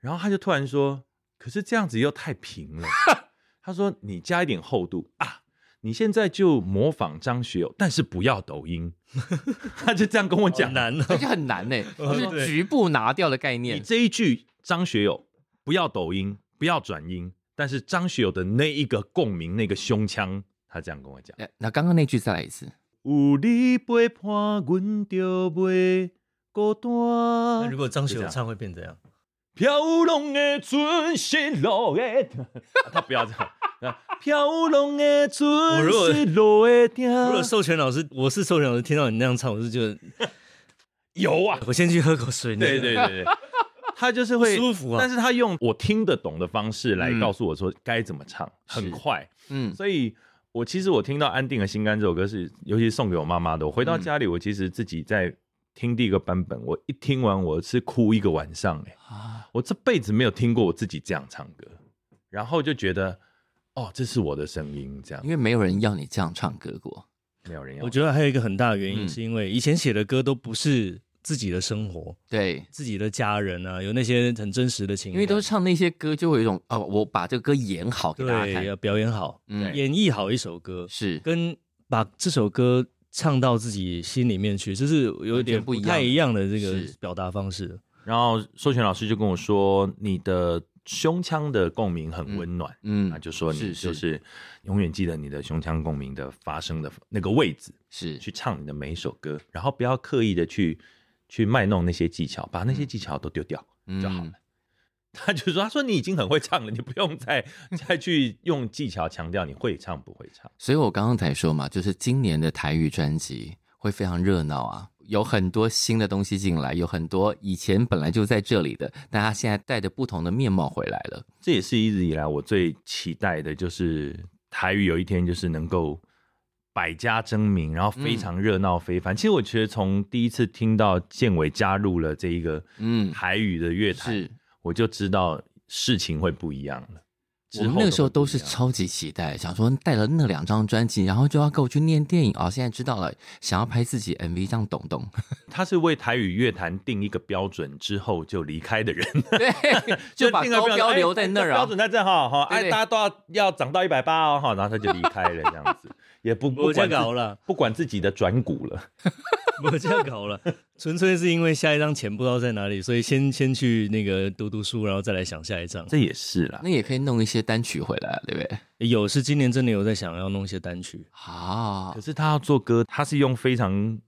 [SPEAKER 2] 然后他就突然说：“可是这样子又太平 了。”他说：“你加一点厚度啊！你现在就模仿张学友，但是不要抖 音。”他就这样跟我
[SPEAKER 4] 讲
[SPEAKER 2] 讲。
[SPEAKER 4] 难 哦了。
[SPEAKER 3] 而且很难呢， 就
[SPEAKER 4] 哦
[SPEAKER 3] 是
[SPEAKER 4] 对
[SPEAKER 3] 局部拿掉的概
[SPEAKER 2] 你
[SPEAKER 3] 念。
[SPEAKER 2] 这一句张学友不要抖音，不要转音，但是张学友的那一个共鸣，那个胸腔，他这样跟我讲。
[SPEAKER 3] 呃那刚刚那句再来一次，
[SPEAKER 2] 有你陪伴，阮就袂孤
[SPEAKER 4] 那
[SPEAKER 2] 单
[SPEAKER 4] 如。果张学
[SPEAKER 2] 就这
[SPEAKER 4] 友
[SPEAKER 2] 样
[SPEAKER 4] 唱会变怎样？
[SPEAKER 2] 飘浪的船是路的 灯，啊他不要这样。啊飘浪的船是路的
[SPEAKER 4] 如果
[SPEAKER 2] 灯。
[SPEAKER 4] 授权老师，我是授权老师，听到你那样唱，我是觉得
[SPEAKER 2] 有啊，
[SPEAKER 4] 我先去喝口水。
[SPEAKER 2] 对对对对，他就是会
[SPEAKER 4] 舒服啊嗯
[SPEAKER 2] 但是他用我听得懂的方式来告诉我说该怎么唱，很快。
[SPEAKER 3] 嗯，
[SPEAKER 2] 所以我其实我听到《安定的心肝》这首歌是，尤其是送给我妈妈的。我
[SPEAKER 4] 嗯
[SPEAKER 2] 回到家里，我其实自己在听第一个版本，我一听完我是哭一个晚上哎、
[SPEAKER 3] 啊
[SPEAKER 2] 我这辈子没有听过我自己这样唱歌，然后就觉得哦，这是我的声音，这样
[SPEAKER 3] 因为没有人要你这样唱歌过。
[SPEAKER 2] 没有人要。
[SPEAKER 4] 我觉得还有一个很大的原因，
[SPEAKER 3] 嗯
[SPEAKER 4] 是因为以前写的歌都不是自己的生活、
[SPEAKER 3] 对，
[SPEAKER 4] 自己的家人啊，有那些很真实的情
[SPEAKER 3] 因
[SPEAKER 4] 感，
[SPEAKER 3] 为都是唱那些歌，就会有一种哦，我把这个歌演好给大家
[SPEAKER 4] 对
[SPEAKER 3] 看。
[SPEAKER 4] 要表演好，
[SPEAKER 3] 嗯，
[SPEAKER 4] 演绎好一首歌，
[SPEAKER 3] 是
[SPEAKER 4] 跟把这首歌唱到自己心里面去，这是有一
[SPEAKER 3] 完
[SPEAKER 4] 点
[SPEAKER 3] 全不一样
[SPEAKER 4] 太一样的这个
[SPEAKER 3] 是
[SPEAKER 4] 表达方式。
[SPEAKER 2] 然后授权老师就跟我说，你的胸腔的共鸣很温暖。
[SPEAKER 3] 嗯
[SPEAKER 2] 那，就说你
[SPEAKER 3] 是是
[SPEAKER 2] 就是永远记得你的胸腔共鸣的发声的那个位置，
[SPEAKER 3] 是
[SPEAKER 2] 去唱你的每一首歌，然后不要刻意的去去卖弄那些技巧，把那些技巧都丢掉。 就好了
[SPEAKER 3] 嗯，
[SPEAKER 2] 他就说：“他说你已经很会唱了，你不用再 再去用技巧强调你会唱不会唱。
[SPEAKER 3] 所以我刚刚才说嘛，就是今年的台语专辑会非常热闹啊，有很多新的东西进来，有很多以前本来就在这里的，但他现在带着不同的面貌回来了。
[SPEAKER 2] 这也是一直以来我最期待的，就是台语有一天就是能够百家争鸣，然后
[SPEAKER 3] 嗯
[SPEAKER 2] 非常热闹非凡。其实我觉得从第一次听到建伟加入了这一个
[SPEAKER 3] 嗯，
[SPEAKER 2] 台语的乐坛，
[SPEAKER 3] 是
[SPEAKER 2] 我就知道事情会不一样了。
[SPEAKER 3] 我
[SPEAKER 2] 之
[SPEAKER 3] 们
[SPEAKER 2] 后
[SPEAKER 3] 那个时候都
[SPEAKER 2] 都会不
[SPEAKER 3] 是
[SPEAKER 2] 一样
[SPEAKER 3] 超级期待，想说带了那两张专辑，然后就要跟我去念电影啊、哦！现在知道了，想要拍自己 MV，这样懂 懂。
[SPEAKER 2] 他是为台语乐坛定一个标准之后就离开的人，
[SPEAKER 3] 对，就把
[SPEAKER 2] 定个
[SPEAKER 3] 高标
[SPEAKER 2] 准哎
[SPEAKER 3] 留在那儿
[SPEAKER 2] 标
[SPEAKER 3] 啊。
[SPEAKER 2] 准在这哈哈，
[SPEAKER 3] 对
[SPEAKER 2] 哎，
[SPEAKER 3] 对
[SPEAKER 2] 大家都要要长到一百八哦哈，然后他就离开了这 样子，也不不
[SPEAKER 4] 我这
[SPEAKER 2] 管
[SPEAKER 4] 搞
[SPEAKER 2] 自
[SPEAKER 4] 了，
[SPEAKER 2] 不管自己的转股了，
[SPEAKER 4] 我这搞了，纯粹是因为下一张钱不知道在哪里，所以先先去那个读读书，然后再来想下一张。
[SPEAKER 2] 这也是啦。
[SPEAKER 3] 那也可以弄一些单曲回来，啊对不对？
[SPEAKER 4] 有是今年真的有在想要弄一些单曲，
[SPEAKER 3] 啊
[SPEAKER 2] 可，是他要做歌，他是用非常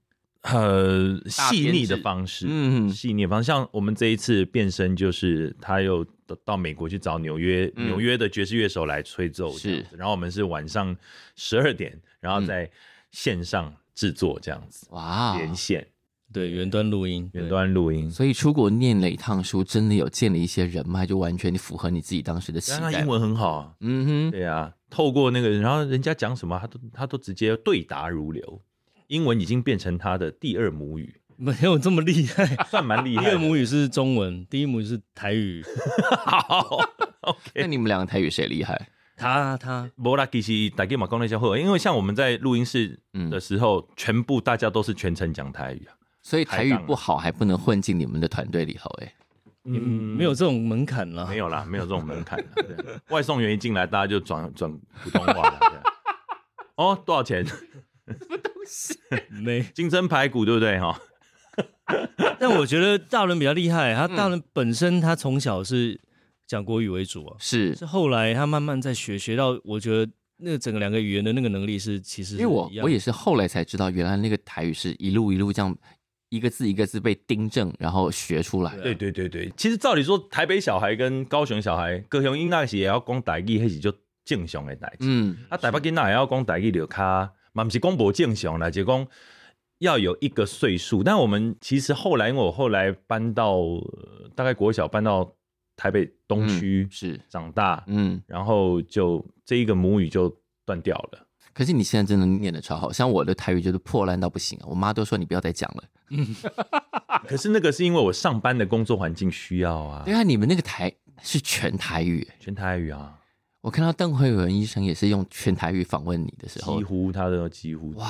[SPEAKER 2] 呃
[SPEAKER 3] 大
[SPEAKER 2] 细腻的
[SPEAKER 3] 编制
[SPEAKER 2] 方式，
[SPEAKER 3] 嗯
[SPEAKER 2] 细腻的方式。像我们这一次变身，就是他又到到美国去找纽约
[SPEAKER 3] 嗯
[SPEAKER 2] 纽约的爵士乐手来吹奏，
[SPEAKER 3] 是嗯
[SPEAKER 2] 这样子。然后我们是晚上十二点，然后在线上制作这样子，
[SPEAKER 3] 哇，哦
[SPEAKER 2] 连线
[SPEAKER 4] 对，远端录音，对
[SPEAKER 2] 远端录音。
[SPEAKER 3] 啊所以出国念了一趟书，真的有建立一些人脉，就完全符合你自己当时的期
[SPEAKER 2] 但他
[SPEAKER 3] 待
[SPEAKER 2] 英。文很好啊，
[SPEAKER 3] 嗯哼，
[SPEAKER 2] 对啊，透过那个，然后人家讲什么，他都他都直接对答如流，英文已经变成他的第二母语，
[SPEAKER 4] 没有这么 厉害。
[SPEAKER 2] 算蛮厉
[SPEAKER 4] 第
[SPEAKER 2] 害的。
[SPEAKER 4] 二母语是中文，第一母语是 台语。
[SPEAKER 2] 好。
[SPEAKER 3] 那你们两个台语谁厉害？
[SPEAKER 4] 他他
[SPEAKER 2] 无啦，其实大家嘛讲那些话，因为像我们在录音室
[SPEAKER 3] 嗯
[SPEAKER 2] 的时候，全部大家都是全程讲台语啊。
[SPEAKER 3] 所以台语不好还不能混进你们的团队里头、哎，
[SPEAKER 4] 也没有这种门槛啦。
[SPEAKER 2] 没有啦，没有这种门槛啊。对外送员一进来，大家就转转普通话了。对啊 哦，多少钱？
[SPEAKER 4] 没，
[SPEAKER 2] 金针排骨对不对？哈，
[SPEAKER 4] 但我觉得大伦比较厉害，
[SPEAKER 3] 嗯
[SPEAKER 4] 他大伦本身他从小是讲国语为主啊，
[SPEAKER 3] 是
[SPEAKER 4] 是后来他慢慢在学，学到我觉得那整个两个语言的那个能力是其实
[SPEAKER 3] 因
[SPEAKER 4] 是
[SPEAKER 3] 为我
[SPEAKER 4] 一样
[SPEAKER 3] 我也是后来才知道，原来那个台语是一路一路这样一个字一个字被订正，然后学出来。
[SPEAKER 4] 对
[SPEAKER 2] 对对对。其实照理说，台北小孩跟高雄小孩，高雄应该是也要讲台语，那是就正常的代志。
[SPEAKER 3] 嗯，
[SPEAKER 2] 啊，台北囡仔也要讲台语就较，嘛不是讲无正常啦，就是讲要有一个岁数。但我们其实后来，因为我后来搬到、呃大概国小搬到台北东
[SPEAKER 3] 嗯
[SPEAKER 2] 区、
[SPEAKER 3] 是，
[SPEAKER 2] 长大，
[SPEAKER 3] 嗯，
[SPEAKER 2] 然后就这一个母语就断掉了。
[SPEAKER 3] 可是你现在真的念的超好，像我的台语就是破烂到不行啊，我妈都说你不要再讲了。
[SPEAKER 2] 可是那个是因为我上班的工作环境需要啊
[SPEAKER 3] 啊对，啊，你们那个台是全台语、哎
[SPEAKER 2] 全台语啊，
[SPEAKER 3] 我看到邓慧文医生也是用全台语访问你的时候
[SPEAKER 2] 几，乎他都几乎
[SPEAKER 3] 哦哇，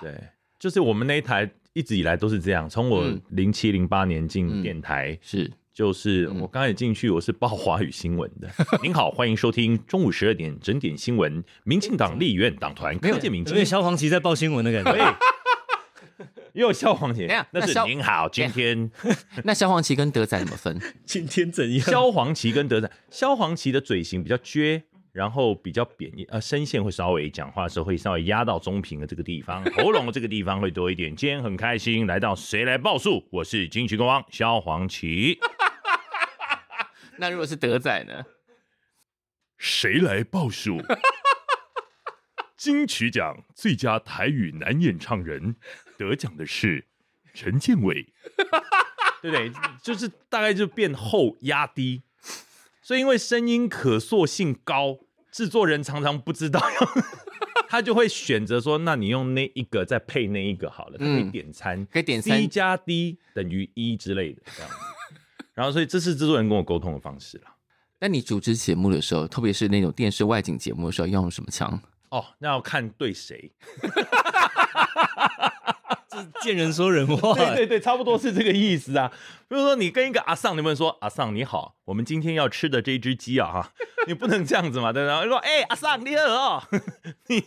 [SPEAKER 2] 对，就是我们那一台一直以来都是这样，从我
[SPEAKER 3] 嗯
[SPEAKER 2] 零七零八年进
[SPEAKER 3] 嗯
[SPEAKER 2] 电台。
[SPEAKER 3] 是
[SPEAKER 2] 就是
[SPEAKER 3] 嗯
[SPEAKER 2] 我刚才进去，我是报华语新闻 的。您好，欢迎收听中午十二点整点新闻，民进党立院党团柯建明
[SPEAKER 4] 有
[SPEAKER 2] 今
[SPEAKER 4] 点消防旗在报新闻的感 觉。
[SPEAKER 2] 又有消防姐
[SPEAKER 3] 等一下，
[SPEAKER 2] 那
[SPEAKER 3] 那
[SPEAKER 2] 是
[SPEAKER 3] 消
[SPEAKER 2] 您好，今天
[SPEAKER 3] 那萧煌奇跟德仔怎么分？
[SPEAKER 4] 今天怎样？
[SPEAKER 2] 萧煌奇跟德仔，萧煌奇的嘴型比较撅，然后比较扁一，呃，声线会稍微讲话的时候会稍微压到中频的这个 地方，喉咙的这个地方会多一点。今天很开心来到谁来报数，我是金曲歌王萧煌奇。
[SPEAKER 3] 那如果是德仔呢？
[SPEAKER 2] 谁来报 数？金曲奖最佳台语男演唱人得奖的是陈建伟。 对不对？就是大概就变厚压低，所以因为声音可塑性高，制作人常常不知道要 他就会选择说，那你用那一个再配那一个好了，他可以
[SPEAKER 3] 嗯
[SPEAKER 2] 点餐，
[SPEAKER 3] 可以点三
[SPEAKER 2] C 加 D 等于一之类的这样子。然后，所以这是制作人跟我沟通的方式啦。
[SPEAKER 3] 那你主持节目的时候，特别是那种电视外景节目的时候，要用什么枪？
[SPEAKER 2] 哦，那要看对谁。
[SPEAKER 4] 见人说人话。
[SPEAKER 2] 对对 对，差不多是这个意思啊。比如说，你跟一个阿尚，你不能说阿尚你好，我们今天要吃的这只鸡啊，哈， 你不能这样子嘛，对不对？然后说，哎、阿尚你好 哦，你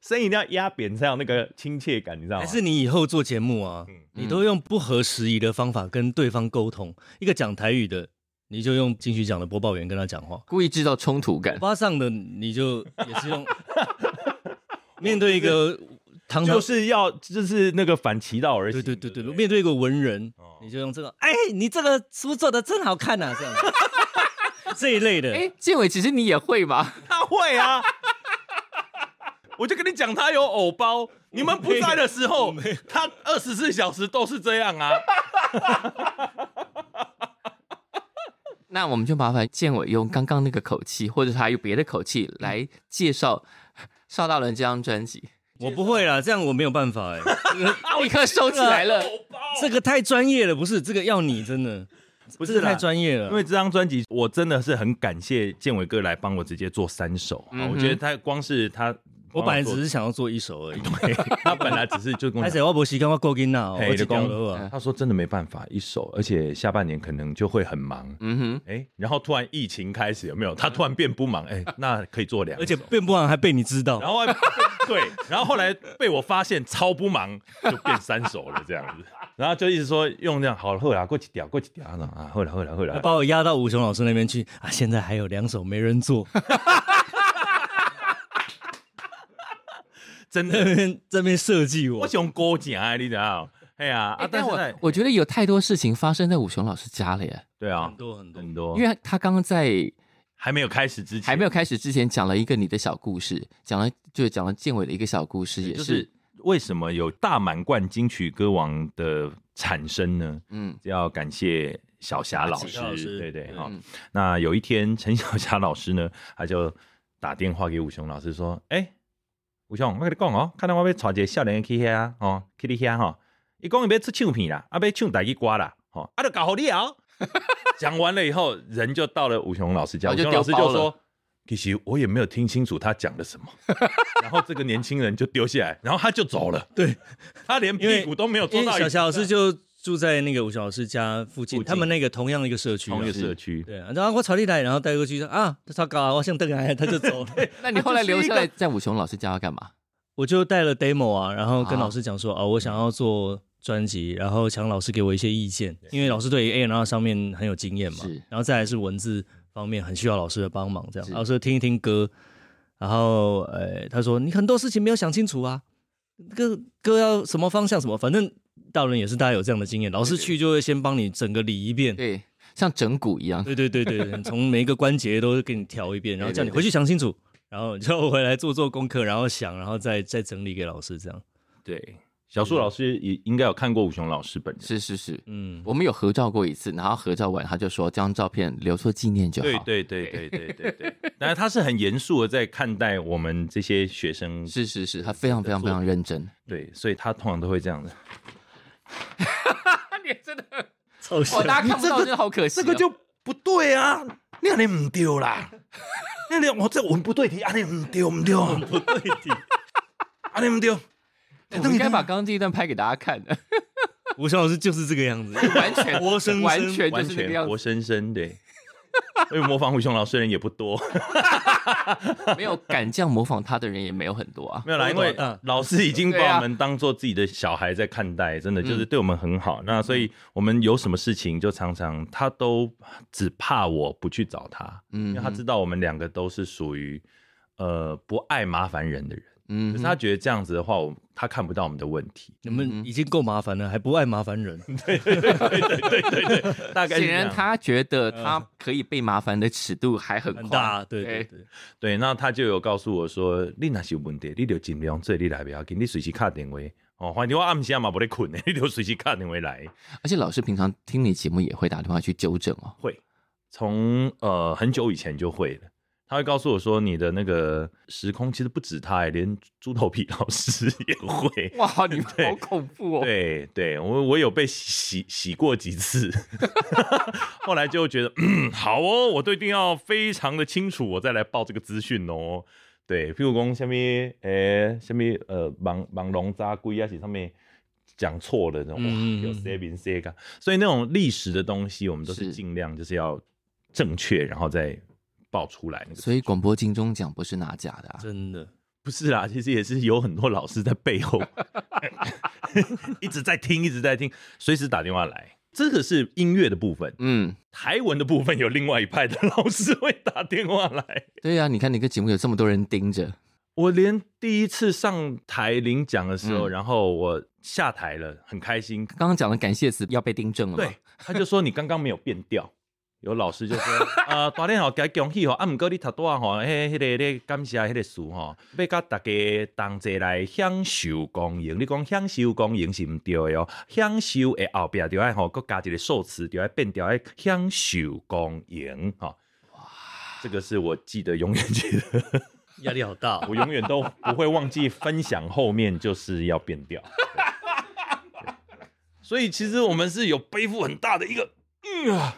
[SPEAKER 2] 声音一定要压扁才有那个亲切感，你知道吗
[SPEAKER 4] 还？是你以后做节目啊，
[SPEAKER 3] 嗯
[SPEAKER 4] 你都用不合时宜的方法跟对方沟通。一个讲台语的，你就用金曲奖的播报员跟他讲话；
[SPEAKER 3] 故意制造冲突感。
[SPEAKER 4] 巴上的，你就也是用面对一个堂堂
[SPEAKER 2] 就是要就是那个反其道而行。
[SPEAKER 4] 对对对对，
[SPEAKER 2] 不
[SPEAKER 4] 面对一个文人
[SPEAKER 2] 哦，
[SPEAKER 4] 你就用这个，哎，你这个书做的真好看啊呐，这样这一类的。
[SPEAKER 3] 哎，建伟，其实你也会吧？
[SPEAKER 2] 他会啊。 我就跟你讲，他有偶包。你们不在的时 候，他二十四小时都是这样啊。
[SPEAKER 3] 那我们就麻烦建伟用刚刚那个口气，或者他用别的口气来介绍《邵大伦》这张专辑，
[SPEAKER 4] 我不会啦，这样我没有办法哎，
[SPEAKER 2] 哦啊
[SPEAKER 3] 立刻收起来了。
[SPEAKER 4] 这个太专业了，不是这个要你真的，
[SPEAKER 2] 不
[SPEAKER 4] 这
[SPEAKER 2] 是
[SPEAKER 4] 个
[SPEAKER 2] 啦
[SPEAKER 4] 太专业了，
[SPEAKER 2] 因为这张专辑，我真的是很感谢建伟哥来帮我直接做三首啊。
[SPEAKER 3] 嗯哼
[SPEAKER 2] 我觉得他光是他，
[SPEAKER 4] 我本来
[SPEAKER 2] 帮
[SPEAKER 4] 只
[SPEAKER 2] 做
[SPEAKER 4] 是想要做一首而已。
[SPEAKER 2] 他本来只是就跟我
[SPEAKER 4] 开
[SPEAKER 2] 讲
[SPEAKER 4] 始我无时间，我够紧啦，
[SPEAKER 2] 嘿
[SPEAKER 4] 我一条
[SPEAKER 2] 你哎
[SPEAKER 4] 路啊。
[SPEAKER 2] 他说真的没办法一首，而且下半年可能就会很忙。
[SPEAKER 3] 嗯哼，
[SPEAKER 2] 哎、然后突然疫情开始，有没有？他突然变不忙，哎、那可以做两首，
[SPEAKER 4] 而且变不完还被你知
[SPEAKER 2] 然
[SPEAKER 4] 道，
[SPEAKER 2] 后对，然后后来被我发现超不忙，就变三首了这样子，然后就一直说用那样好了，后来过去屌，过去屌啊，后来后来后来，
[SPEAKER 4] 把我压到吴雄老师那边去啊！现在还有两首没 人做，
[SPEAKER 2] 真
[SPEAKER 4] 那
[SPEAKER 2] 的，
[SPEAKER 4] 边这边设计
[SPEAKER 2] 我
[SPEAKER 4] 我，
[SPEAKER 2] 想勾讲啊，你知道？哎呀、啊，
[SPEAKER 3] 哎
[SPEAKER 2] 但
[SPEAKER 3] 但
[SPEAKER 2] 是
[SPEAKER 3] 我
[SPEAKER 2] 在
[SPEAKER 3] 我觉得有太多事情发生在武雄老师家了耶，
[SPEAKER 2] 对啊
[SPEAKER 4] 很，多很多。
[SPEAKER 2] 很多，
[SPEAKER 3] 因为他刚刚在
[SPEAKER 2] 还没有开始之前，
[SPEAKER 3] 还没有开始之前讲了一个你的小故事，讲了就是讲了建伟的一个小故事，也
[SPEAKER 2] 就是
[SPEAKER 3] 是
[SPEAKER 2] 为什么有大满贯金曲歌王的产生呢？
[SPEAKER 3] 嗯
[SPEAKER 2] 要感谢小霞老
[SPEAKER 4] 小霞老
[SPEAKER 2] 师，
[SPEAKER 4] 师
[SPEAKER 2] 对对
[SPEAKER 4] 嗯
[SPEAKER 2] 哈、那有一天，陈小霞老师呢，他就打电话给武雄老师说：“哎、武雄，我跟你讲哦，看到我要带一个少年去遐哦，去你遐吼，伊讲伊要出唱片啦，啊，要唱台语歌啦，吼、啊，就搞好你哦。” 讲完了以后，人就到了武雄老师家，
[SPEAKER 3] 哦
[SPEAKER 2] 武
[SPEAKER 3] 就
[SPEAKER 2] 雄老师就
[SPEAKER 3] 丢包了
[SPEAKER 2] 说。其实我也没有听清楚他讲了什么， 然后这个年轻人就丢下来，然后他就走了，
[SPEAKER 4] 对，
[SPEAKER 2] 他连
[SPEAKER 4] 因为
[SPEAKER 2] 屁股都没有坐
[SPEAKER 4] 因为
[SPEAKER 2] 到
[SPEAKER 4] 小霞老师就住在那个吴雄老师家附
[SPEAKER 2] 附
[SPEAKER 4] 近，
[SPEAKER 2] 近
[SPEAKER 4] 他们那个同样一个社区啊，
[SPEAKER 2] 同一个社区，
[SPEAKER 4] 对啊。然后我朝你来，然后带过去说啊，他搞啊，我想邓来，他就走了。
[SPEAKER 3] 那你后来留下来在武雄老师家要干 嘛？
[SPEAKER 4] 我就带了 demo 啊，然后跟
[SPEAKER 3] 啊
[SPEAKER 4] 老师讲说，哦，我想要做专辑，然后强老师给我一些意见，因为老师对 A N R 上面很有经验嘛
[SPEAKER 3] 是，
[SPEAKER 4] 然后再来是文字方面很需要老师的帮忙，这样
[SPEAKER 3] 是
[SPEAKER 4] 老师听一听歌，然后呃，他说你很多事情没有想清楚啊，歌歌要什么方向什么，反正大人也是大家有这样的经验，老师去就会先帮你整个理一遍。
[SPEAKER 3] 对，像整蛊一 样。
[SPEAKER 4] 对对对对，对从每一个关节都给你调一遍，然后叫你
[SPEAKER 3] 对对
[SPEAKER 4] 回去想清楚，然后你就回来做做功课，然后想，然后再再整理给老师这样。
[SPEAKER 2] 对，嗯小树老师也应该有看过武雄老师本人。
[SPEAKER 3] 是是是，
[SPEAKER 4] 嗯，
[SPEAKER 3] 我们有合照过一次，然后合照完他就说这张照片留作纪念就好。
[SPEAKER 2] 对对对对对对 对，但是他是很严肃的在看待我们这些学生，
[SPEAKER 3] 是是是，他非常非常非常认真。
[SPEAKER 2] 对，所以他通常都会这样的。
[SPEAKER 4] 臭小
[SPEAKER 3] 哦，大家看不到真的好可惜、哦。
[SPEAKER 2] 不对啊，那样你唔丢啦，那你我这文不对题，啊你唔丢唔丢，
[SPEAKER 4] 不对题。
[SPEAKER 2] 啊你唔丢，
[SPEAKER 3] 哎我们应该把刚刚这一段拍给大家看 的，
[SPEAKER 4] 吴雄老师就是这个样子，
[SPEAKER 3] 完全
[SPEAKER 4] 活生生
[SPEAKER 3] 完全就
[SPEAKER 2] 完
[SPEAKER 3] 是那个
[SPEAKER 2] 全
[SPEAKER 3] 样
[SPEAKER 2] 活
[SPEAKER 3] 子，
[SPEAKER 2] 生生对。因为模仿武雄老师的人也不多，
[SPEAKER 3] 没有敢这样模仿他的人也没有很多啊。
[SPEAKER 2] 没有啦，因为
[SPEAKER 4] 多大
[SPEAKER 2] 老师已经
[SPEAKER 3] 对
[SPEAKER 2] 把
[SPEAKER 3] 啊
[SPEAKER 2] 我们当做自己的小孩在看待，真的
[SPEAKER 3] 嗯
[SPEAKER 2] 就是对我们很好。那所以我们有什么事情，就常常他都只怕我不去找他，
[SPEAKER 3] 嗯哼
[SPEAKER 2] 因为他知道我们两个都是属于呃不爱麻烦人的人，
[SPEAKER 3] 嗯
[SPEAKER 2] 可
[SPEAKER 3] 哼
[SPEAKER 2] 是他觉得这样子的话，我他看不到我们的问题。
[SPEAKER 4] 你们已经够麻烦了，还不爱麻烦人。
[SPEAKER 2] 大概是
[SPEAKER 3] 显
[SPEAKER 2] 这样
[SPEAKER 3] 然他觉得他可以被麻烦的尺度还很
[SPEAKER 4] 很
[SPEAKER 3] 宽
[SPEAKER 4] 大，对对对，
[SPEAKER 2] 对，那他就有告诉我说，你那是有问题，你就尽量做你来不要紧，你随时打电话哦，反正我暗时嘛无咧困的，你就随时打电话来。
[SPEAKER 3] 而且老师平常听你节目也会打电话去纠正 哦。
[SPEAKER 2] 会，从呃很久以前就会了。他会告诉我说，你的那个时空其实不止他，欸连猪头皮老师 也会。
[SPEAKER 3] 哇，你们好恐怖哦！
[SPEAKER 2] 对对，我我有被洗洗过几次， 后来就觉得嗯好哦，我都一定要非常的清楚，我再来报这个资讯哦。对，譬如讲什么诶，什么呃，盲盲龙扎龟啊，是上面讲错了那种，
[SPEAKER 4] 嗯嗯嗯
[SPEAKER 2] 哇，有 saving s a v 所以那种历史的东西，我们都是
[SPEAKER 3] 是
[SPEAKER 2] 尽量就是要正确，然后再报出来那个。
[SPEAKER 3] 所以广播金钟奖不是拿假的啊。
[SPEAKER 4] 真的，
[SPEAKER 2] 不是啦，其实也是有很多老师在背后 一直在听，一直在听，随时打电话来。这个是音乐的部分，
[SPEAKER 3] 嗯，
[SPEAKER 2] 台文的部分有另外一派的老师会打电话来。
[SPEAKER 3] 对呀、啊，你看你个节目有这么多人盯着，
[SPEAKER 2] 我连第一次上台领奖的时候，
[SPEAKER 3] 嗯
[SPEAKER 2] 然后我下台了，很开心。
[SPEAKER 3] 刚刚讲的感谢词要被订正了嘛？
[SPEAKER 2] 对，，他就说你刚刚没有变 调。有老师就说，呃，大家好，该恭喜吼，啊，毋过你读大吼，迄、迄、个、迄、个感谢迄个词吼，要甲大家同齐来享受光荣。你讲享受光荣是毋对的哦，享受诶后壁就爱吼，佮加一个受词，就爱变调诶享受光荣吼。哇，这个是我记得永远记得。
[SPEAKER 4] 压力好 大、哦。
[SPEAKER 2] 我永远都不会忘记分享后面就是要变调。所以其实我们是有背负很大的一个嗯啊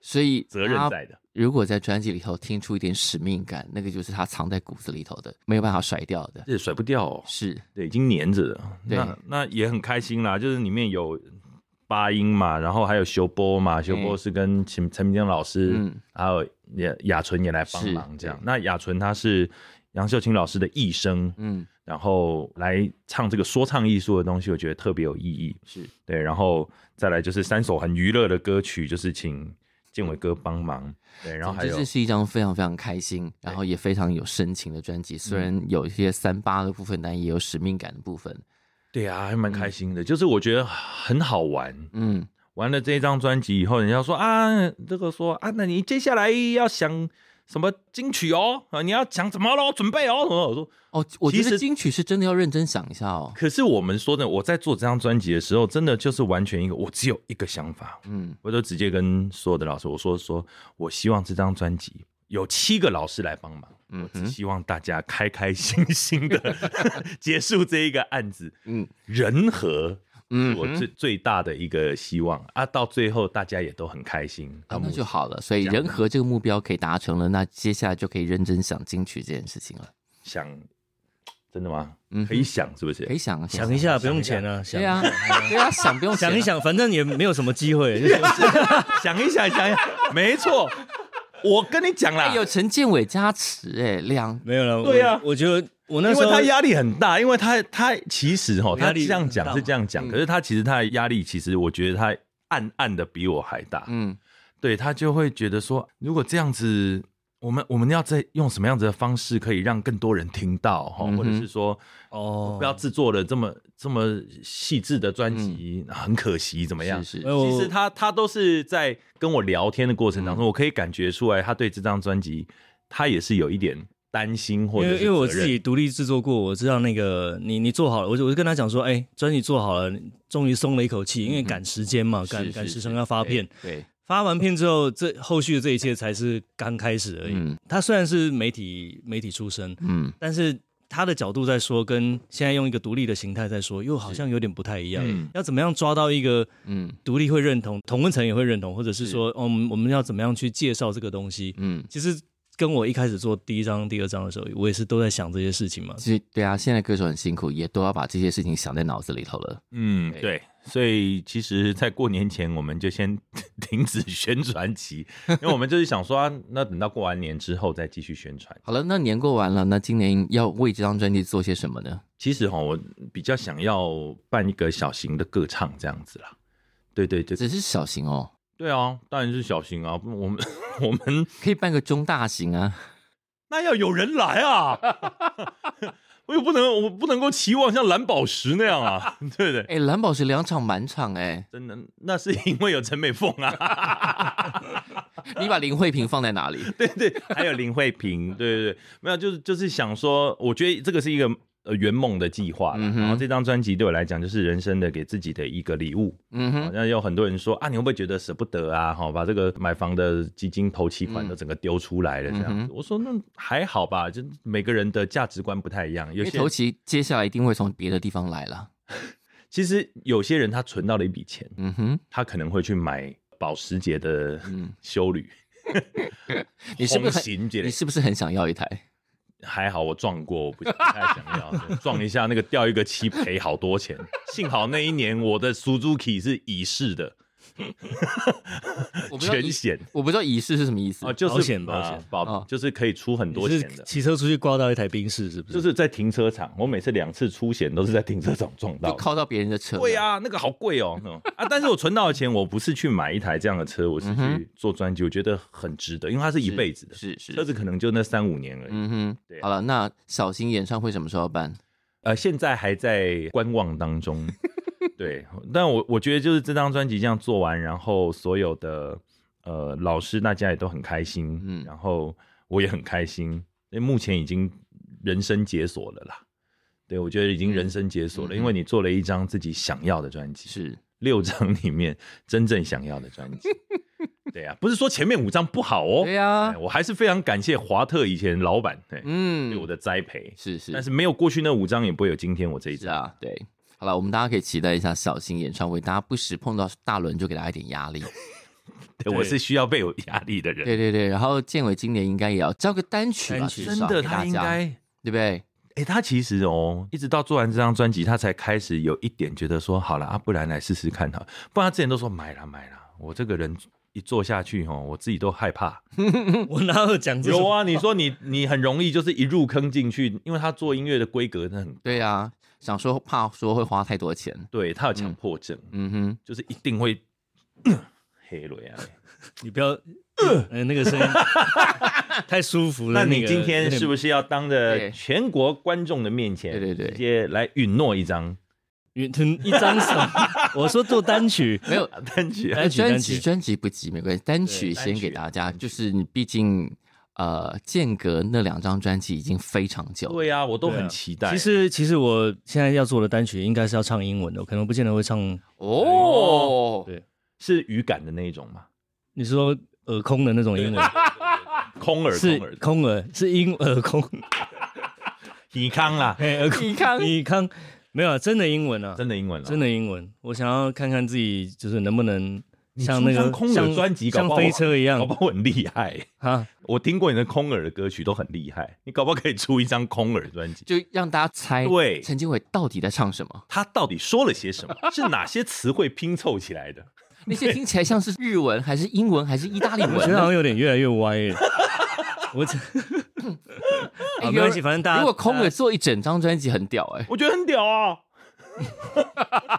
[SPEAKER 3] 所以
[SPEAKER 2] 责任
[SPEAKER 3] 他
[SPEAKER 2] 在的。
[SPEAKER 3] 如果在专辑里头听出一点使命感，那个就是他藏在骨子里头的，没有办法甩掉的。
[SPEAKER 2] 这甩不掉、哦，
[SPEAKER 3] 是，
[SPEAKER 2] 对，已经粘着了。
[SPEAKER 3] 对
[SPEAKER 2] 那那也很开心啦，就是里面有八音嘛，然后还有修波嘛，修波是跟陈陈明章老师，
[SPEAKER 3] 嗯
[SPEAKER 2] 还有雅雅纯也来帮忙
[SPEAKER 3] 是
[SPEAKER 2] 这样
[SPEAKER 3] 对。
[SPEAKER 2] 那雅纯她是杨秀清老师的艺生，
[SPEAKER 3] 嗯，
[SPEAKER 2] 然后来唱这个说唱艺术的东西，我觉得特别有意义。
[SPEAKER 3] 是
[SPEAKER 2] 对，然后再来就是三首很娱乐的歌曲，就是请建伟哥帮忙。对，然后还
[SPEAKER 3] 总
[SPEAKER 2] 有
[SPEAKER 3] 之这是一张非常非常开心，然后也非常有深情的专辑。虽然有一些三八的部分，但也有使命感的部分。
[SPEAKER 2] 对啊，还蛮开心的，就是我觉得很好玩。
[SPEAKER 3] 嗯，
[SPEAKER 2] 玩了这一张专辑以后，人家说啊，这个说啊，那你接下来要想什么金曲哦？啊，你要想什么喽？准备哦。我说，
[SPEAKER 3] 哦，我觉
[SPEAKER 2] 其
[SPEAKER 3] 得
[SPEAKER 2] 实
[SPEAKER 3] 金曲是真的要认真想一下哦。
[SPEAKER 2] 可是我们说的，我在做这张专辑的时候，真的就是完全一个，我只有一个想法，
[SPEAKER 3] 嗯，
[SPEAKER 2] 我就直接跟所有的老师我说说，我希望这张专辑有七个老师来帮忙，
[SPEAKER 3] 嗯
[SPEAKER 2] 我只希望大家开开心 心的结束这一个案子。
[SPEAKER 3] 嗯
[SPEAKER 2] 嗯，人和是
[SPEAKER 3] 嗯
[SPEAKER 2] 我最最大的一个希望啊，到最后大家也都很开心。
[SPEAKER 3] 啊
[SPEAKER 2] 到，目
[SPEAKER 3] 那
[SPEAKER 2] 前
[SPEAKER 3] 就好了。所以人和这个目标可以达成了，那接下来就可以认真想金曲这件事情了。
[SPEAKER 2] 想，真的吗？
[SPEAKER 3] 嗯哼
[SPEAKER 2] 可以想是不
[SPEAKER 3] 可以
[SPEAKER 2] 是？
[SPEAKER 3] 想啊
[SPEAKER 4] 想一，下，不用钱啊，想
[SPEAKER 3] 对啊，对啊，想不用
[SPEAKER 4] 想一
[SPEAKER 3] 钱啊，
[SPEAKER 4] 想，反正也没有什么机会，就是
[SPEAKER 2] 想一想，想一想，没错，我跟你讲啦
[SPEAKER 3] 哎，有陈建伟加持，哎，两
[SPEAKER 4] 没有了。我
[SPEAKER 2] 对啊
[SPEAKER 4] 我觉得我那
[SPEAKER 2] 因
[SPEAKER 4] 时
[SPEAKER 2] 为
[SPEAKER 4] 候
[SPEAKER 2] 他压力很大，因为他他其实哈，
[SPEAKER 4] 压
[SPEAKER 2] 他
[SPEAKER 4] 力
[SPEAKER 2] 这样
[SPEAKER 4] 很大
[SPEAKER 2] 讲
[SPEAKER 4] 嘛
[SPEAKER 2] 是这样讲，
[SPEAKER 3] 嗯
[SPEAKER 2] 可是他其实他的压力，其实我觉得他暗暗的比我还大。
[SPEAKER 3] 嗯，
[SPEAKER 2] 对他就会觉得说，如果这样子，我们我们要再用什么样子的方式可以让更多人听到哈，
[SPEAKER 3] 嗯哼
[SPEAKER 2] 或者是说
[SPEAKER 4] 哦嗯
[SPEAKER 2] 不要制作的这么这么细致的专辑，很可惜怎么样？
[SPEAKER 3] 是
[SPEAKER 4] 没
[SPEAKER 3] 是，
[SPEAKER 4] 有
[SPEAKER 2] 其实他他都是在跟我聊天的过程
[SPEAKER 4] 嗯
[SPEAKER 2] 当中，我可以感觉出来，他对这张专辑，他也是有一点担心或
[SPEAKER 4] 因
[SPEAKER 2] 者
[SPEAKER 4] 为
[SPEAKER 2] 是
[SPEAKER 4] 因为我
[SPEAKER 2] 责
[SPEAKER 4] 自
[SPEAKER 2] 任
[SPEAKER 4] 己独立制作过，我知道那个你你做好了，我就我就跟他讲说，哎、专辑做好了，你终于松了一
[SPEAKER 2] 嗯
[SPEAKER 4] 口气，因为赶时间嘛，赶
[SPEAKER 3] 是
[SPEAKER 4] 赶
[SPEAKER 3] 是
[SPEAKER 4] 时
[SPEAKER 3] 是
[SPEAKER 4] 程要发片，
[SPEAKER 2] 哎
[SPEAKER 3] 对，
[SPEAKER 4] 发完片之后，这后续的这一切才是刚开始而已。
[SPEAKER 3] 嗯
[SPEAKER 4] 他虽然是媒体媒体出身，
[SPEAKER 3] 嗯，
[SPEAKER 4] 但是他的角度在说，跟现在用一个独立的形态在说，又好像有点不太一样。
[SPEAKER 2] 嗯
[SPEAKER 4] 要怎么样抓到一个
[SPEAKER 3] 嗯
[SPEAKER 4] 独立会认同，同温层也会认同，或者是说，哦，我们我们要怎么样去介绍这个东西？
[SPEAKER 3] 嗯，
[SPEAKER 4] 其实跟我一开始做第一章、第二章的时候，我也是都在想这些事情嘛。
[SPEAKER 3] 其实对啊，现在歌手很辛苦，也都要把这些事情想在脑子里头了。
[SPEAKER 2] 嗯，
[SPEAKER 3] 对
[SPEAKER 2] 对，所以其实，在过年前我们就先 停止宣传期，因为我们就是想说、啊，那等到过完年之后再继续宣传。
[SPEAKER 3] 好了，那年过完了，那今年要为这张专辑做些什么呢？
[SPEAKER 2] 其实哈，我比较想要办一个小型的歌唱这样子啦。对对对，
[SPEAKER 3] 只是小型哦，
[SPEAKER 2] 对啊，当然是小型啊，不我们我们
[SPEAKER 3] 可以办个中大型啊。
[SPEAKER 2] 那要有人来啊， 我也不能我不能够期望像蓝宝石那样啊， 对不对？
[SPEAKER 3] 哎，蓝宝石两场满场哎，
[SPEAKER 2] 真的，那是因为有陈美凤 啊。
[SPEAKER 3] 你把林慧萍放在哪 里？
[SPEAKER 2] 对对，还有林慧萍，对对对，没有，就是就是想说，我觉得这个是一个呃圆梦的计划啦、
[SPEAKER 3] 嗯哼
[SPEAKER 2] 然后这张专辑对我来讲就是人生的给自己的一个礼物。
[SPEAKER 3] 嗯
[SPEAKER 2] 好
[SPEAKER 3] 哼，
[SPEAKER 2] 像有很多人说啊，你会不会觉得舍不得啊？哈，把这个买房的基金头期款都整个丢出来了这样
[SPEAKER 3] 嗯
[SPEAKER 2] 子。我说那还好吧，就每个人的价值观不太一样。有
[SPEAKER 3] 因为
[SPEAKER 2] 些
[SPEAKER 3] 头期接下来一定会从别的地方来了。
[SPEAKER 2] 其实有些人他存到了一笔钱，
[SPEAKER 3] 嗯哼，
[SPEAKER 2] 他可能会去买保时捷的
[SPEAKER 3] 嗯
[SPEAKER 2] 修旅。
[SPEAKER 3] 你是不是
[SPEAKER 2] 红型
[SPEAKER 3] 很
[SPEAKER 2] 之类的
[SPEAKER 3] 你是不是很想要一台？
[SPEAKER 2] 还好我撞过，我不不太想要 对撞一下那个掉一个漆赔好 多钱。幸好那一年我的 Suzuki 是乙式的
[SPEAKER 3] 我不知道
[SPEAKER 2] 全
[SPEAKER 3] 仪，
[SPEAKER 2] 险
[SPEAKER 3] 我不知道仪式是什么意思
[SPEAKER 2] 啊，就是
[SPEAKER 4] 保险保
[SPEAKER 2] 啊
[SPEAKER 4] 险
[SPEAKER 2] 保、
[SPEAKER 3] 哦
[SPEAKER 2] 就是可以出很多
[SPEAKER 4] 你
[SPEAKER 2] 钱
[SPEAKER 4] 是
[SPEAKER 2] 的。
[SPEAKER 4] 骑车出去刮到一台冰室，是不是？
[SPEAKER 2] 就是在停车场，我每次两次出险都是在停车场撞到
[SPEAKER 3] 就
[SPEAKER 2] 的。
[SPEAKER 3] 靠到别人的车。
[SPEAKER 2] 对，啊，那个好贵 哦、那种啊！但是我存到的钱，我不是去买一台这样的车，我是
[SPEAKER 3] 嗯哼
[SPEAKER 2] 去做专辑，我觉得很值得，因为它是一辈子的，
[SPEAKER 3] 是是。
[SPEAKER 2] 车子可能就那三五年而已。
[SPEAKER 3] 嗯哼，
[SPEAKER 2] 对啊
[SPEAKER 3] 好了，那小新演唱会什么时候要办？
[SPEAKER 2] 呃，现在还在观望 当中。对，但我我觉得就是这张专辑这样做完，然后所有的呃老师大家也都很开心，
[SPEAKER 3] 嗯
[SPEAKER 2] 嗯，然后我也很开心，因为目前已经人生解锁了啦。对，我觉得已经人生解锁了，
[SPEAKER 3] 嗯嗯
[SPEAKER 2] 因为你做了一张自己想要的专辑，
[SPEAKER 3] 是
[SPEAKER 2] 六张里面真正想要的专 辑。对啊，不是说前面五张不好哦，
[SPEAKER 3] 对啊
[SPEAKER 2] 哎我还是非常感谢华特以前老板，对，对我
[SPEAKER 3] 嗯，
[SPEAKER 2] 的栽培，
[SPEAKER 3] 是是，
[SPEAKER 2] 但是没有过去那五张，也不会有今天我这一
[SPEAKER 3] 是
[SPEAKER 2] 张。
[SPEAKER 3] 啊，对。好了，我们大家可以期待一下小新演唱会，大家不时碰到大轮就给大家一点压力。
[SPEAKER 2] 对我是需要被有压力的人。
[SPEAKER 3] 对对对，然后建伟今年应该也要交个单曲吧，
[SPEAKER 4] 单曲
[SPEAKER 3] 至
[SPEAKER 2] 真
[SPEAKER 3] 少
[SPEAKER 2] 的，
[SPEAKER 3] 给大
[SPEAKER 2] 他应
[SPEAKER 3] 家
[SPEAKER 2] 该，
[SPEAKER 3] 对不对？
[SPEAKER 2] 哎、他其实哦，一直到做完这张专辑，他才开始有一点觉得说，好了啊，不然来试试看哈。不然他之前都说买啦买啦，我这个人一做下去哦，我自己都害 怕。
[SPEAKER 4] 我哪有讲这种
[SPEAKER 2] 有啊，你说你你很容易就是一入坑进去，因为他做音乐的规格真的很，
[SPEAKER 3] 对啊，想说怕说会花太多钱。
[SPEAKER 2] 对他有强迫症，
[SPEAKER 3] 嗯哼，
[SPEAKER 2] 就是一定会 啊黑了呀。
[SPEAKER 4] 你不要，呃，那个声 音太舒服了。
[SPEAKER 2] 那你今天是不
[SPEAKER 4] 是
[SPEAKER 2] 是要当
[SPEAKER 3] 对
[SPEAKER 2] 着全国观众的面前，
[SPEAKER 3] 对对对
[SPEAKER 2] 直接来允诺一张
[SPEAKER 4] 一张 手？我说做单曲，
[SPEAKER 3] 没有，
[SPEAKER 2] 单曲？
[SPEAKER 4] 单曲
[SPEAKER 3] 专
[SPEAKER 4] 单
[SPEAKER 3] 辑
[SPEAKER 4] 曲
[SPEAKER 3] 专辑不急没关系，单曲
[SPEAKER 2] 对单
[SPEAKER 3] 先给
[SPEAKER 2] 曲
[SPEAKER 3] 大家，
[SPEAKER 2] 单曲
[SPEAKER 3] 就是你毕竟呃间隔那两张专辑已经非常久了，
[SPEAKER 2] 对呀、我都
[SPEAKER 4] 对啊
[SPEAKER 2] 很期待。
[SPEAKER 4] 其实其实我现在要做的单曲应该是要唱英文的，我可能不见得会唱。
[SPEAKER 3] 哦
[SPEAKER 4] 对，
[SPEAKER 2] 哦是语感的那一种嘛，
[SPEAKER 4] 你是说耳空的那种英文，
[SPEAKER 2] 空耳
[SPEAKER 4] 是
[SPEAKER 2] 空耳的
[SPEAKER 4] 空耳，是英耳空，
[SPEAKER 2] 抵康啦，
[SPEAKER 4] 嘿耳空，
[SPEAKER 3] 你看
[SPEAKER 4] 你康没有啊真的英文啊，
[SPEAKER 2] 真的英文哦啦，
[SPEAKER 4] 真
[SPEAKER 2] 的
[SPEAKER 4] 的英文。我想要看看自己就是能不能
[SPEAKER 2] 你
[SPEAKER 4] 像
[SPEAKER 2] 出
[SPEAKER 4] 那
[SPEAKER 2] 张
[SPEAKER 4] 个
[SPEAKER 2] 空耳
[SPEAKER 4] 像
[SPEAKER 2] 专辑搞
[SPEAKER 4] 像
[SPEAKER 2] 不好
[SPEAKER 4] 飞车一样
[SPEAKER 2] 搞不好很厉害。
[SPEAKER 4] 啊，
[SPEAKER 2] 我听过你的空耳的歌曲都很厉害，你搞不好可以出一张空耳专辑。
[SPEAKER 3] 就让大家猜
[SPEAKER 2] 对
[SPEAKER 3] 陈经伟到底在唱什么？
[SPEAKER 2] 他到底说了些什 么？是哪些词汇拼凑起来的？
[SPEAKER 3] 那些听起来像是日文还是英文还是意大利
[SPEAKER 4] 我觉得
[SPEAKER 3] 文？
[SPEAKER 4] 好像有点越来越歪耶。我这
[SPEAKER 3] 哎
[SPEAKER 4] 啊没关系反正大家
[SPEAKER 2] 哎
[SPEAKER 3] 如果空了做一整张专辑很屌哎，
[SPEAKER 2] 我觉得很屌啊！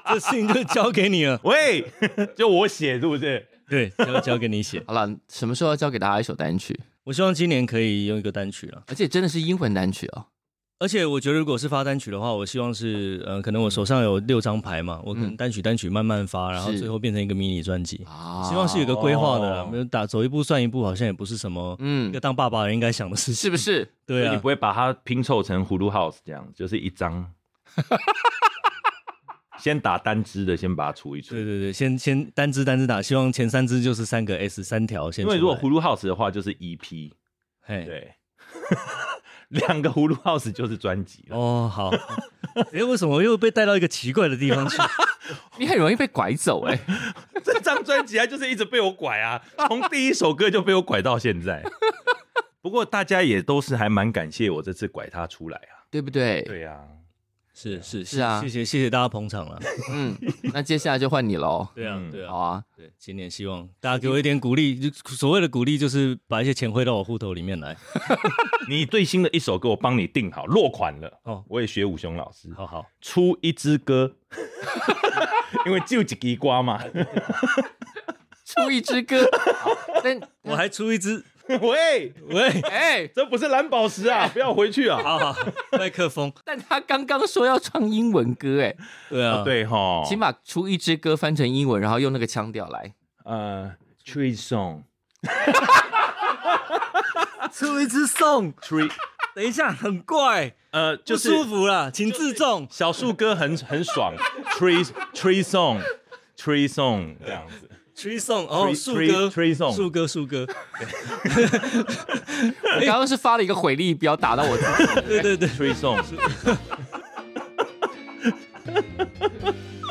[SPEAKER 4] 这事情就交给你了，
[SPEAKER 2] 喂， 就我写是不是？
[SPEAKER 4] 对，交交给你写。
[SPEAKER 3] 好了，什么时候要交给大家一首单曲？
[SPEAKER 4] 我希望今年可以用一个单曲了，
[SPEAKER 3] 而且真的是英文单曲哦。
[SPEAKER 4] 而且我觉得如果是发单曲的话，我希望是呃，可能我手上有六张牌嘛，
[SPEAKER 2] 嗯
[SPEAKER 4] 我可能单曲单曲慢慢发，然后
[SPEAKER 3] 是
[SPEAKER 4] 最后变成一个迷你专辑。
[SPEAKER 3] 啊
[SPEAKER 4] 希望是有一个规划的啦，
[SPEAKER 2] 哦
[SPEAKER 4] 没有打走一步算一步，好像也不是什么一
[SPEAKER 3] 嗯
[SPEAKER 4] 个，当爸爸的人应该想的事情。
[SPEAKER 3] 是不是？
[SPEAKER 4] 对
[SPEAKER 2] 所以
[SPEAKER 4] 啊
[SPEAKER 2] 你不，会把它拼凑成葫芦 house 这样，就是一 张。先打单支的，先把它除一除。
[SPEAKER 4] 对对对，先先单支单支打，希望前三支就是三个 S 三条先
[SPEAKER 2] 因
[SPEAKER 4] 出来。
[SPEAKER 2] 为如果葫芦 house 的话，就是 EP。
[SPEAKER 4] 嘿
[SPEAKER 2] 对， 两个葫芦 house 就是专辑了。
[SPEAKER 4] 哦，好。 哎，为什么又被带到一个奇怪的地 方去？
[SPEAKER 3] 你很容易被拐走哎。
[SPEAKER 2] 这张专辑啊，就是一直被我拐啊， 从第一首歌就被我拐到现 在。不过大家也都是还蛮感谢我这次拐他出来啊。
[SPEAKER 3] 对不对？
[SPEAKER 2] 对啊，
[SPEAKER 4] 是是
[SPEAKER 3] 是啊
[SPEAKER 4] 谢谢谢谢大家捧场了。
[SPEAKER 3] 嗯，那接下来就换你喽。
[SPEAKER 4] 对啊
[SPEAKER 2] 嗯
[SPEAKER 4] 对
[SPEAKER 3] 好
[SPEAKER 4] 啊，
[SPEAKER 3] 啊，
[SPEAKER 4] 对，今年希望大家给我一点鼓励，就所谓的鼓励就是把一些钱汇到我户头里面来。
[SPEAKER 2] 你最新的一首歌我帮你定好，落款了。
[SPEAKER 4] 哦
[SPEAKER 2] 哦，我也学武雄老师
[SPEAKER 4] 好好，
[SPEAKER 2] 出一支歌， 因为就几滴瓜嘛。
[SPEAKER 3] 出一支歌，好但
[SPEAKER 4] 我还出一支，
[SPEAKER 2] 喂，
[SPEAKER 4] 喂，
[SPEAKER 3] 哎，
[SPEAKER 2] 这不是蓝宝石 啊，不要回去啊。
[SPEAKER 4] 好好，麦克风，
[SPEAKER 3] 但他刚刚说要唱英文歌哎，
[SPEAKER 4] 对啊，，
[SPEAKER 2] 哦对哈，
[SPEAKER 3] 请把出一支歌翻成英文，然后用那个腔调来。
[SPEAKER 2] 呃，tree song。
[SPEAKER 4] 出一支送
[SPEAKER 2] tree
[SPEAKER 4] 等一下，很怪，
[SPEAKER 2] 呃，
[SPEAKER 4] 就
[SPEAKER 2] 就是
[SPEAKER 4] 舒服了，请自重。
[SPEAKER 2] 小树哥很很 爽，tree tree song tree song 这样 子。
[SPEAKER 4] Tree Song，哦，
[SPEAKER 2] Tree-
[SPEAKER 4] 树
[SPEAKER 2] Tree-
[SPEAKER 4] 哥，
[SPEAKER 2] Tree Song
[SPEAKER 4] 树哥，树哥，哎
[SPEAKER 3] 我刚刚是发了一个回力镖打到我自己，
[SPEAKER 4] 对对对，
[SPEAKER 2] 推送，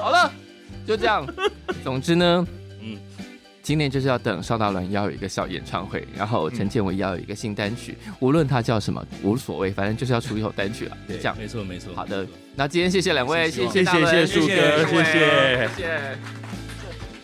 [SPEAKER 3] 好了，就这样。总之呢，
[SPEAKER 4] 嗯
[SPEAKER 3] 嗯，今年就是要等邵大伦要有一个小演唱会，然后陈建伟要有一个新单曲，无论他叫什么无所谓，反正就是要出一首单曲了，就这样。
[SPEAKER 4] 没错没错。
[SPEAKER 3] 好的，那今天谢谢两位，谢
[SPEAKER 2] 谢
[SPEAKER 3] 大伦
[SPEAKER 2] 谢树
[SPEAKER 4] 谢
[SPEAKER 2] 哥，
[SPEAKER 4] 谢
[SPEAKER 2] 谢谢。
[SPEAKER 3] 谢谢。